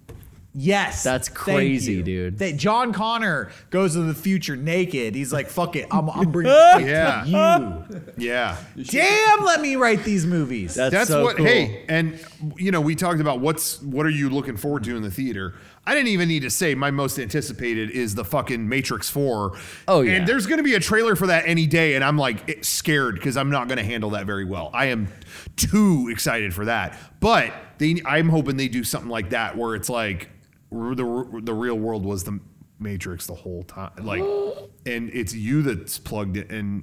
C: Yes.
E: That's
C: Thank
E: crazy,
C: you.
E: dude.
C: That John Connor goes to the future naked. He's like, fuck it. I'm, I'm bringing it
A: Yeah.
C: to you.
A: Yeah.
C: Damn, let me write these movies.
A: That's what. Hey, and you know, we talked about what's what are you looking forward to in the theater. I didn't even need to say my most anticipated is the fucking Matrix Four.
E: Oh, yeah.
A: and there's going to be a trailer for that any day, and I'm like it- scared because I'm not going to handle that very well. I am too excited for that, but they, I'm hoping they do something like that where it's like r- the r- the real world was the Matrix the whole time, like, and it's you that's plugged in, and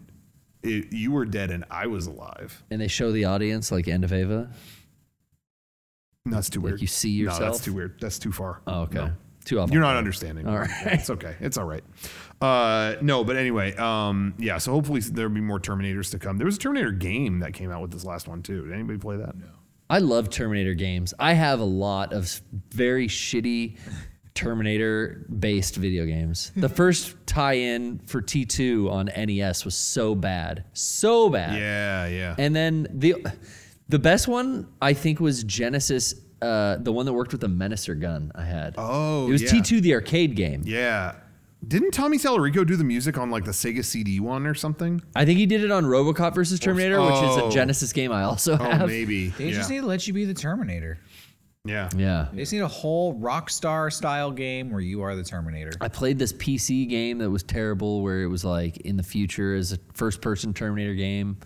A: it, you were dead, and I was alive.
E: And they show the audience like End of Ava.
A: No, that's too
E: Like
A: weird.
E: you see
A: No,
E: yourself?
A: that's too weird. That's too far.
E: Oh, okay.
A: No.
E: Too off.
A: You're not understanding.
E: All right.
A: It's okay. It's all right. Uh, no, but anyway, um, yeah. So hopefully there'll be more Terminators to come. There was a Terminator game that came out with this last one too. Did anybody play that? No.
E: I love Terminator games. I have a lot of s- very shitty Terminator based video games. The first tie in for T2 on NES was so bad. So bad.
A: Yeah, yeah.
E: And then the the best one I think was Genesis, uh, the one that worked with the Menacer gun I had.
A: Oh,
E: it was
A: yeah.
E: T2 the arcade game.
A: yeah. Didn't Tommy Salarico do the music on like the Sega CD one or something?
E: I think he did it on RoboCop versus Terminator, which is
A: Oh.
E: a Genesis game I also
A: Oh,
E: have.
A: maybe.
C: They just need
A: Yeah.
C: to let you be the Terminator.
A: yeah.
E: Yeah.
C: They just need a whole rock star style game where you are the Terminator.
E: I played this PC game that was terrible, where it was like in the future as a first person Terminator game.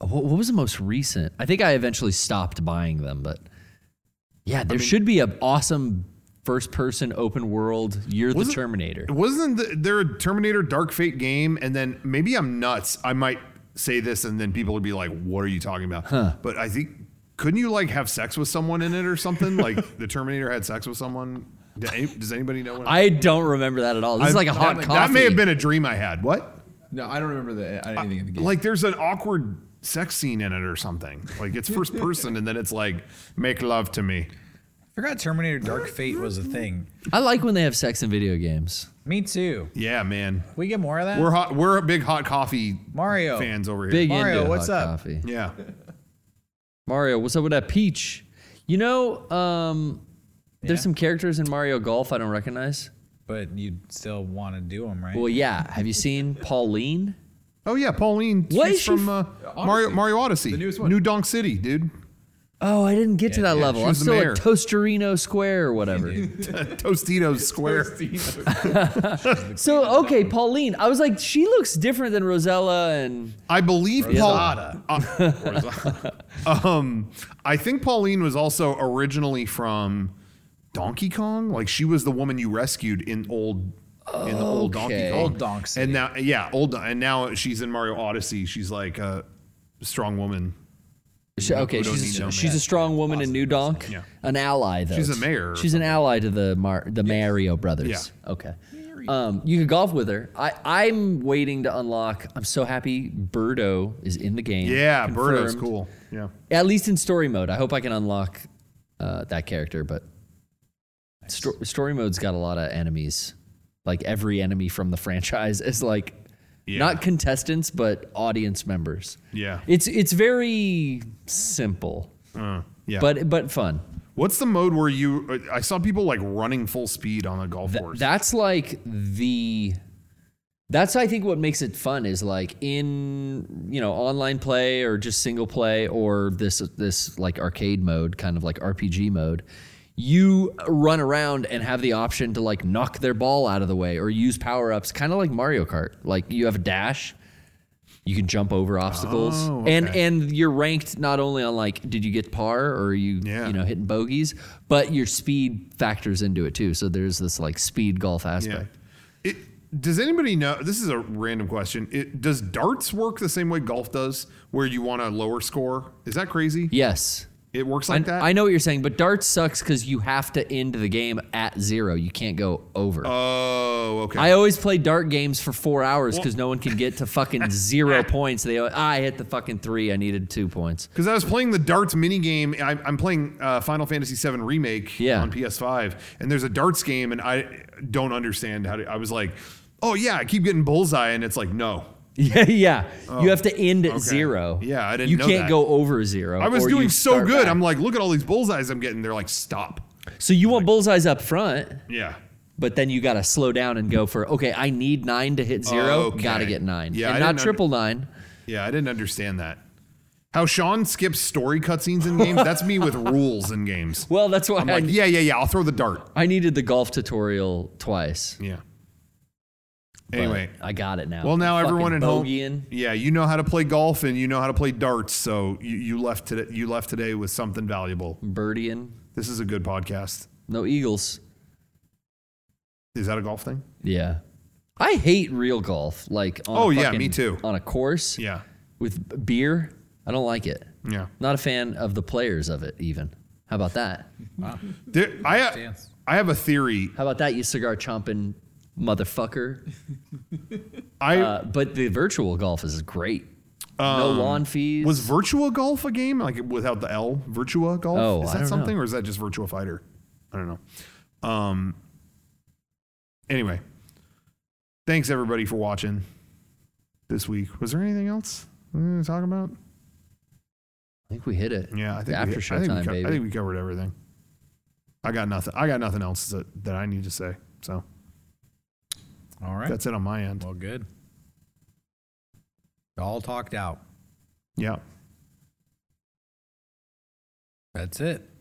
E: Uh, What, what was the most recent? I think I eventually stopped buying them, but yeah, there should be an awesome first person open world. You're the
A: Wasn't-
E: Terminator.
A: Wasn't the, there a Terminator Dark Fate game? And then maybe I'm nuts. I might say this, and then people would be like, "What are you talking about?" But I think couldn't you like have sex with someone in it or something? like the Terminator had sex with someone. Did any- Does anybody know? What
E: I don't remember that at all. This is like a hot
A: that,
E: coffee.
A: That may have been a dream I had. What?
F: No, I don't remember the,
A: Uh,
F: anything in the game.
A: Like there's an awkward sex scene in it or something. Like it's first person, and then it's like make love to me.
C: forgot Terminator Dark Fate was a thing.
E: I like when they have sex in video games.
C: Me too.
A: Yeah, man.
C: We get more of that?
A: We're hot. We're big hot coffee
C: Mario.
A: fans over here.
E: Big
C: Mario,
E: into
C: what's
E: hot
C: up?
E: coffee.
A: Yeah.
E: Mario, what's up with that peach? You know, um, there's some characters in Mario Golf I don't recognize.
C: But you still want to do them, right?
E: Well, yeah. Have you seen Pauline?
A: Oh yeah, Pauline.
E: What
A: she's
E: is she
A: from uh, Mario
F: Odyssey.
A: Mario Odyssey,
F: The newest one.
A: New Donk City, dude.
E: Oh, I didn't get to that level.
A: she
E: I'm
A: was the
E: still
A: mayor.
E: at Tostorino Square or whatever.
A: Tostitos Square.
E: so, okay, Pauline. I was like, she looks different than Rosella and
A: I believe Paul. Uh, um, I think Pauline was also originally from Donkey Kong. Like she was the woman you rescued in old. In the old Donkey
E: Okay.
A: Kong,
C: Old Donk City.
A: and now yeah, old Don- and now she's in Mario Odyssey. She's like a strong woman.
E: She- okay,
A: don't need
E: she's
A: no
E: a, she's a strong woman in New Donk,
A: Yeah.
E: an ally though.
A: She's a mayor or
E: She's an ally to the Mar- the Mario brothers.
A: Yeah.
E: Okay. Um, you could golf with her. I I'm waiting to unlock. I'm so happy Birdo is in the game.
A: Yeah, Birdo's
E: Confirmed.
A: cool. Yeah,
E: At least in story mode. I hope I can unlock uh, that character, but sto- story mode's got a lot of enemies. Like every enemy from the franchise is like
A: Yeah.
E: not contestants but audience members.
A: yeah,
E: It's it's very simple,
A: uh, yeah.
E: but but fun.
A: What's the mode where you? uh, I saw people like running full speed on a golf course.
E: That's like the that's I think what makes it fun is like in you know online play or just single play or this this like arcade mode kind of like RPG mode you run around and have the option to like knock their ball out of the way or use power-ups kind of like Mario Kart like you have a dash you can jump over obstacles
A: Oh,
E: and
A: okay.
E: and you're ranked not only on like did you get par or are you
A: Yeah.
E: you know hitting bogeys but your speed factors into it too so there's this like speed golf
A: yeah.
E: aspect
A: It, does anybody know? This is a random question. It, does darts work the same way golf does, where you want a lower score? Is that crazy?
E: yes
A: It works
E: I,
A: like that.
E: I know what you're saying but darts sucks because you have to end the game at zero you can't go over
A: Oh, okay.
E: I always play dart games for four hours because no one can get to fucking zero points. They, ah, I hit the fucking three. I needed two points.
A: Because I was playing the darts minigame. I, I'm playing uh, Final Fantasy VII Remake
E: Yeah.
A: on PS5, and there's a darts game, and I don't understand how to. I was like, oh, yeah, I keep getting bullseye, and it's like, no.
E: Yeah, yeah. you have to end at
A: Oh, okay.
E: zero.
A: Yeah, I didn't
E: You
A: know
E: can't
A: that.
E: go over zero.
A: I was
E: or you
A: doing so
E: start
A: good.
E: back.
A: I'm like, look at all these bullseyes I'm getting. They're like, stop.
E: So you want bullseyes up front,
A: Yeah.
E: but then you got to slow down and go for okay. I need nine to hit zero.
A: okay.
E: Got to get nine.
A: Yeah,
E: and
A: I
E: not
A: didn't
E: triple nine.
A: Yeah, I didn't understand that. How Sean skips story cutscenes in games? That's me with rules in games.
E: Well, that's why
A: I'm
E: I,
A: like, yeah, yeah, yeah. I'll throw the dart.
E: I needed the golf tutorial twice.
A: Yeah.
E: but
A: Anyway,
E: I got it now.
A: well now
E: Fucking
A: everyone at home.
E: bogeying.
A: Yeah, you know how to play golf and you know how to play darts. So you, you left today. You left today with something valuable.
E: birdieing,
A: This is a good podcast.
E: no eagles.
A: Is that a golf thing?
E: Yeah, I hate real golf. Like on a
A: Oh, yeah,
E: fucking-
A: me too.
E: On a course
A: Yeah.
E: with b- beer, I don't like it.
A: Yeah.
E: Not a fan of the players of it. Even how about that?
A: There, I I have a theory.
E: How about that? You cigar chomping motherfucker.
A: I
E: Uh, but the virtual golf is great. no lawn fees.
A: was Virtua Golf a game like without the L? Virtua Golf?
E: Oh,
A: is
E: I
A: that
E: don't
A: something
E: know.
A: or is that just Virtua Fighter? I don't know. Um, Anyway, thanks everybody for watching this week. Was there anything else we were gonna talk about?
E: I think we hit it.
A: Yeah, I think
E: The after
A: we,
E: show
A: I think we
E: time,
A: co-
E: baby.
A: I think we covered everything. I got nothing. I got nothing else that, that I need to say. So
C: All right.
A: that's it on my end.
C: well, good. All talked out.
A: Yeah.
C: That's it.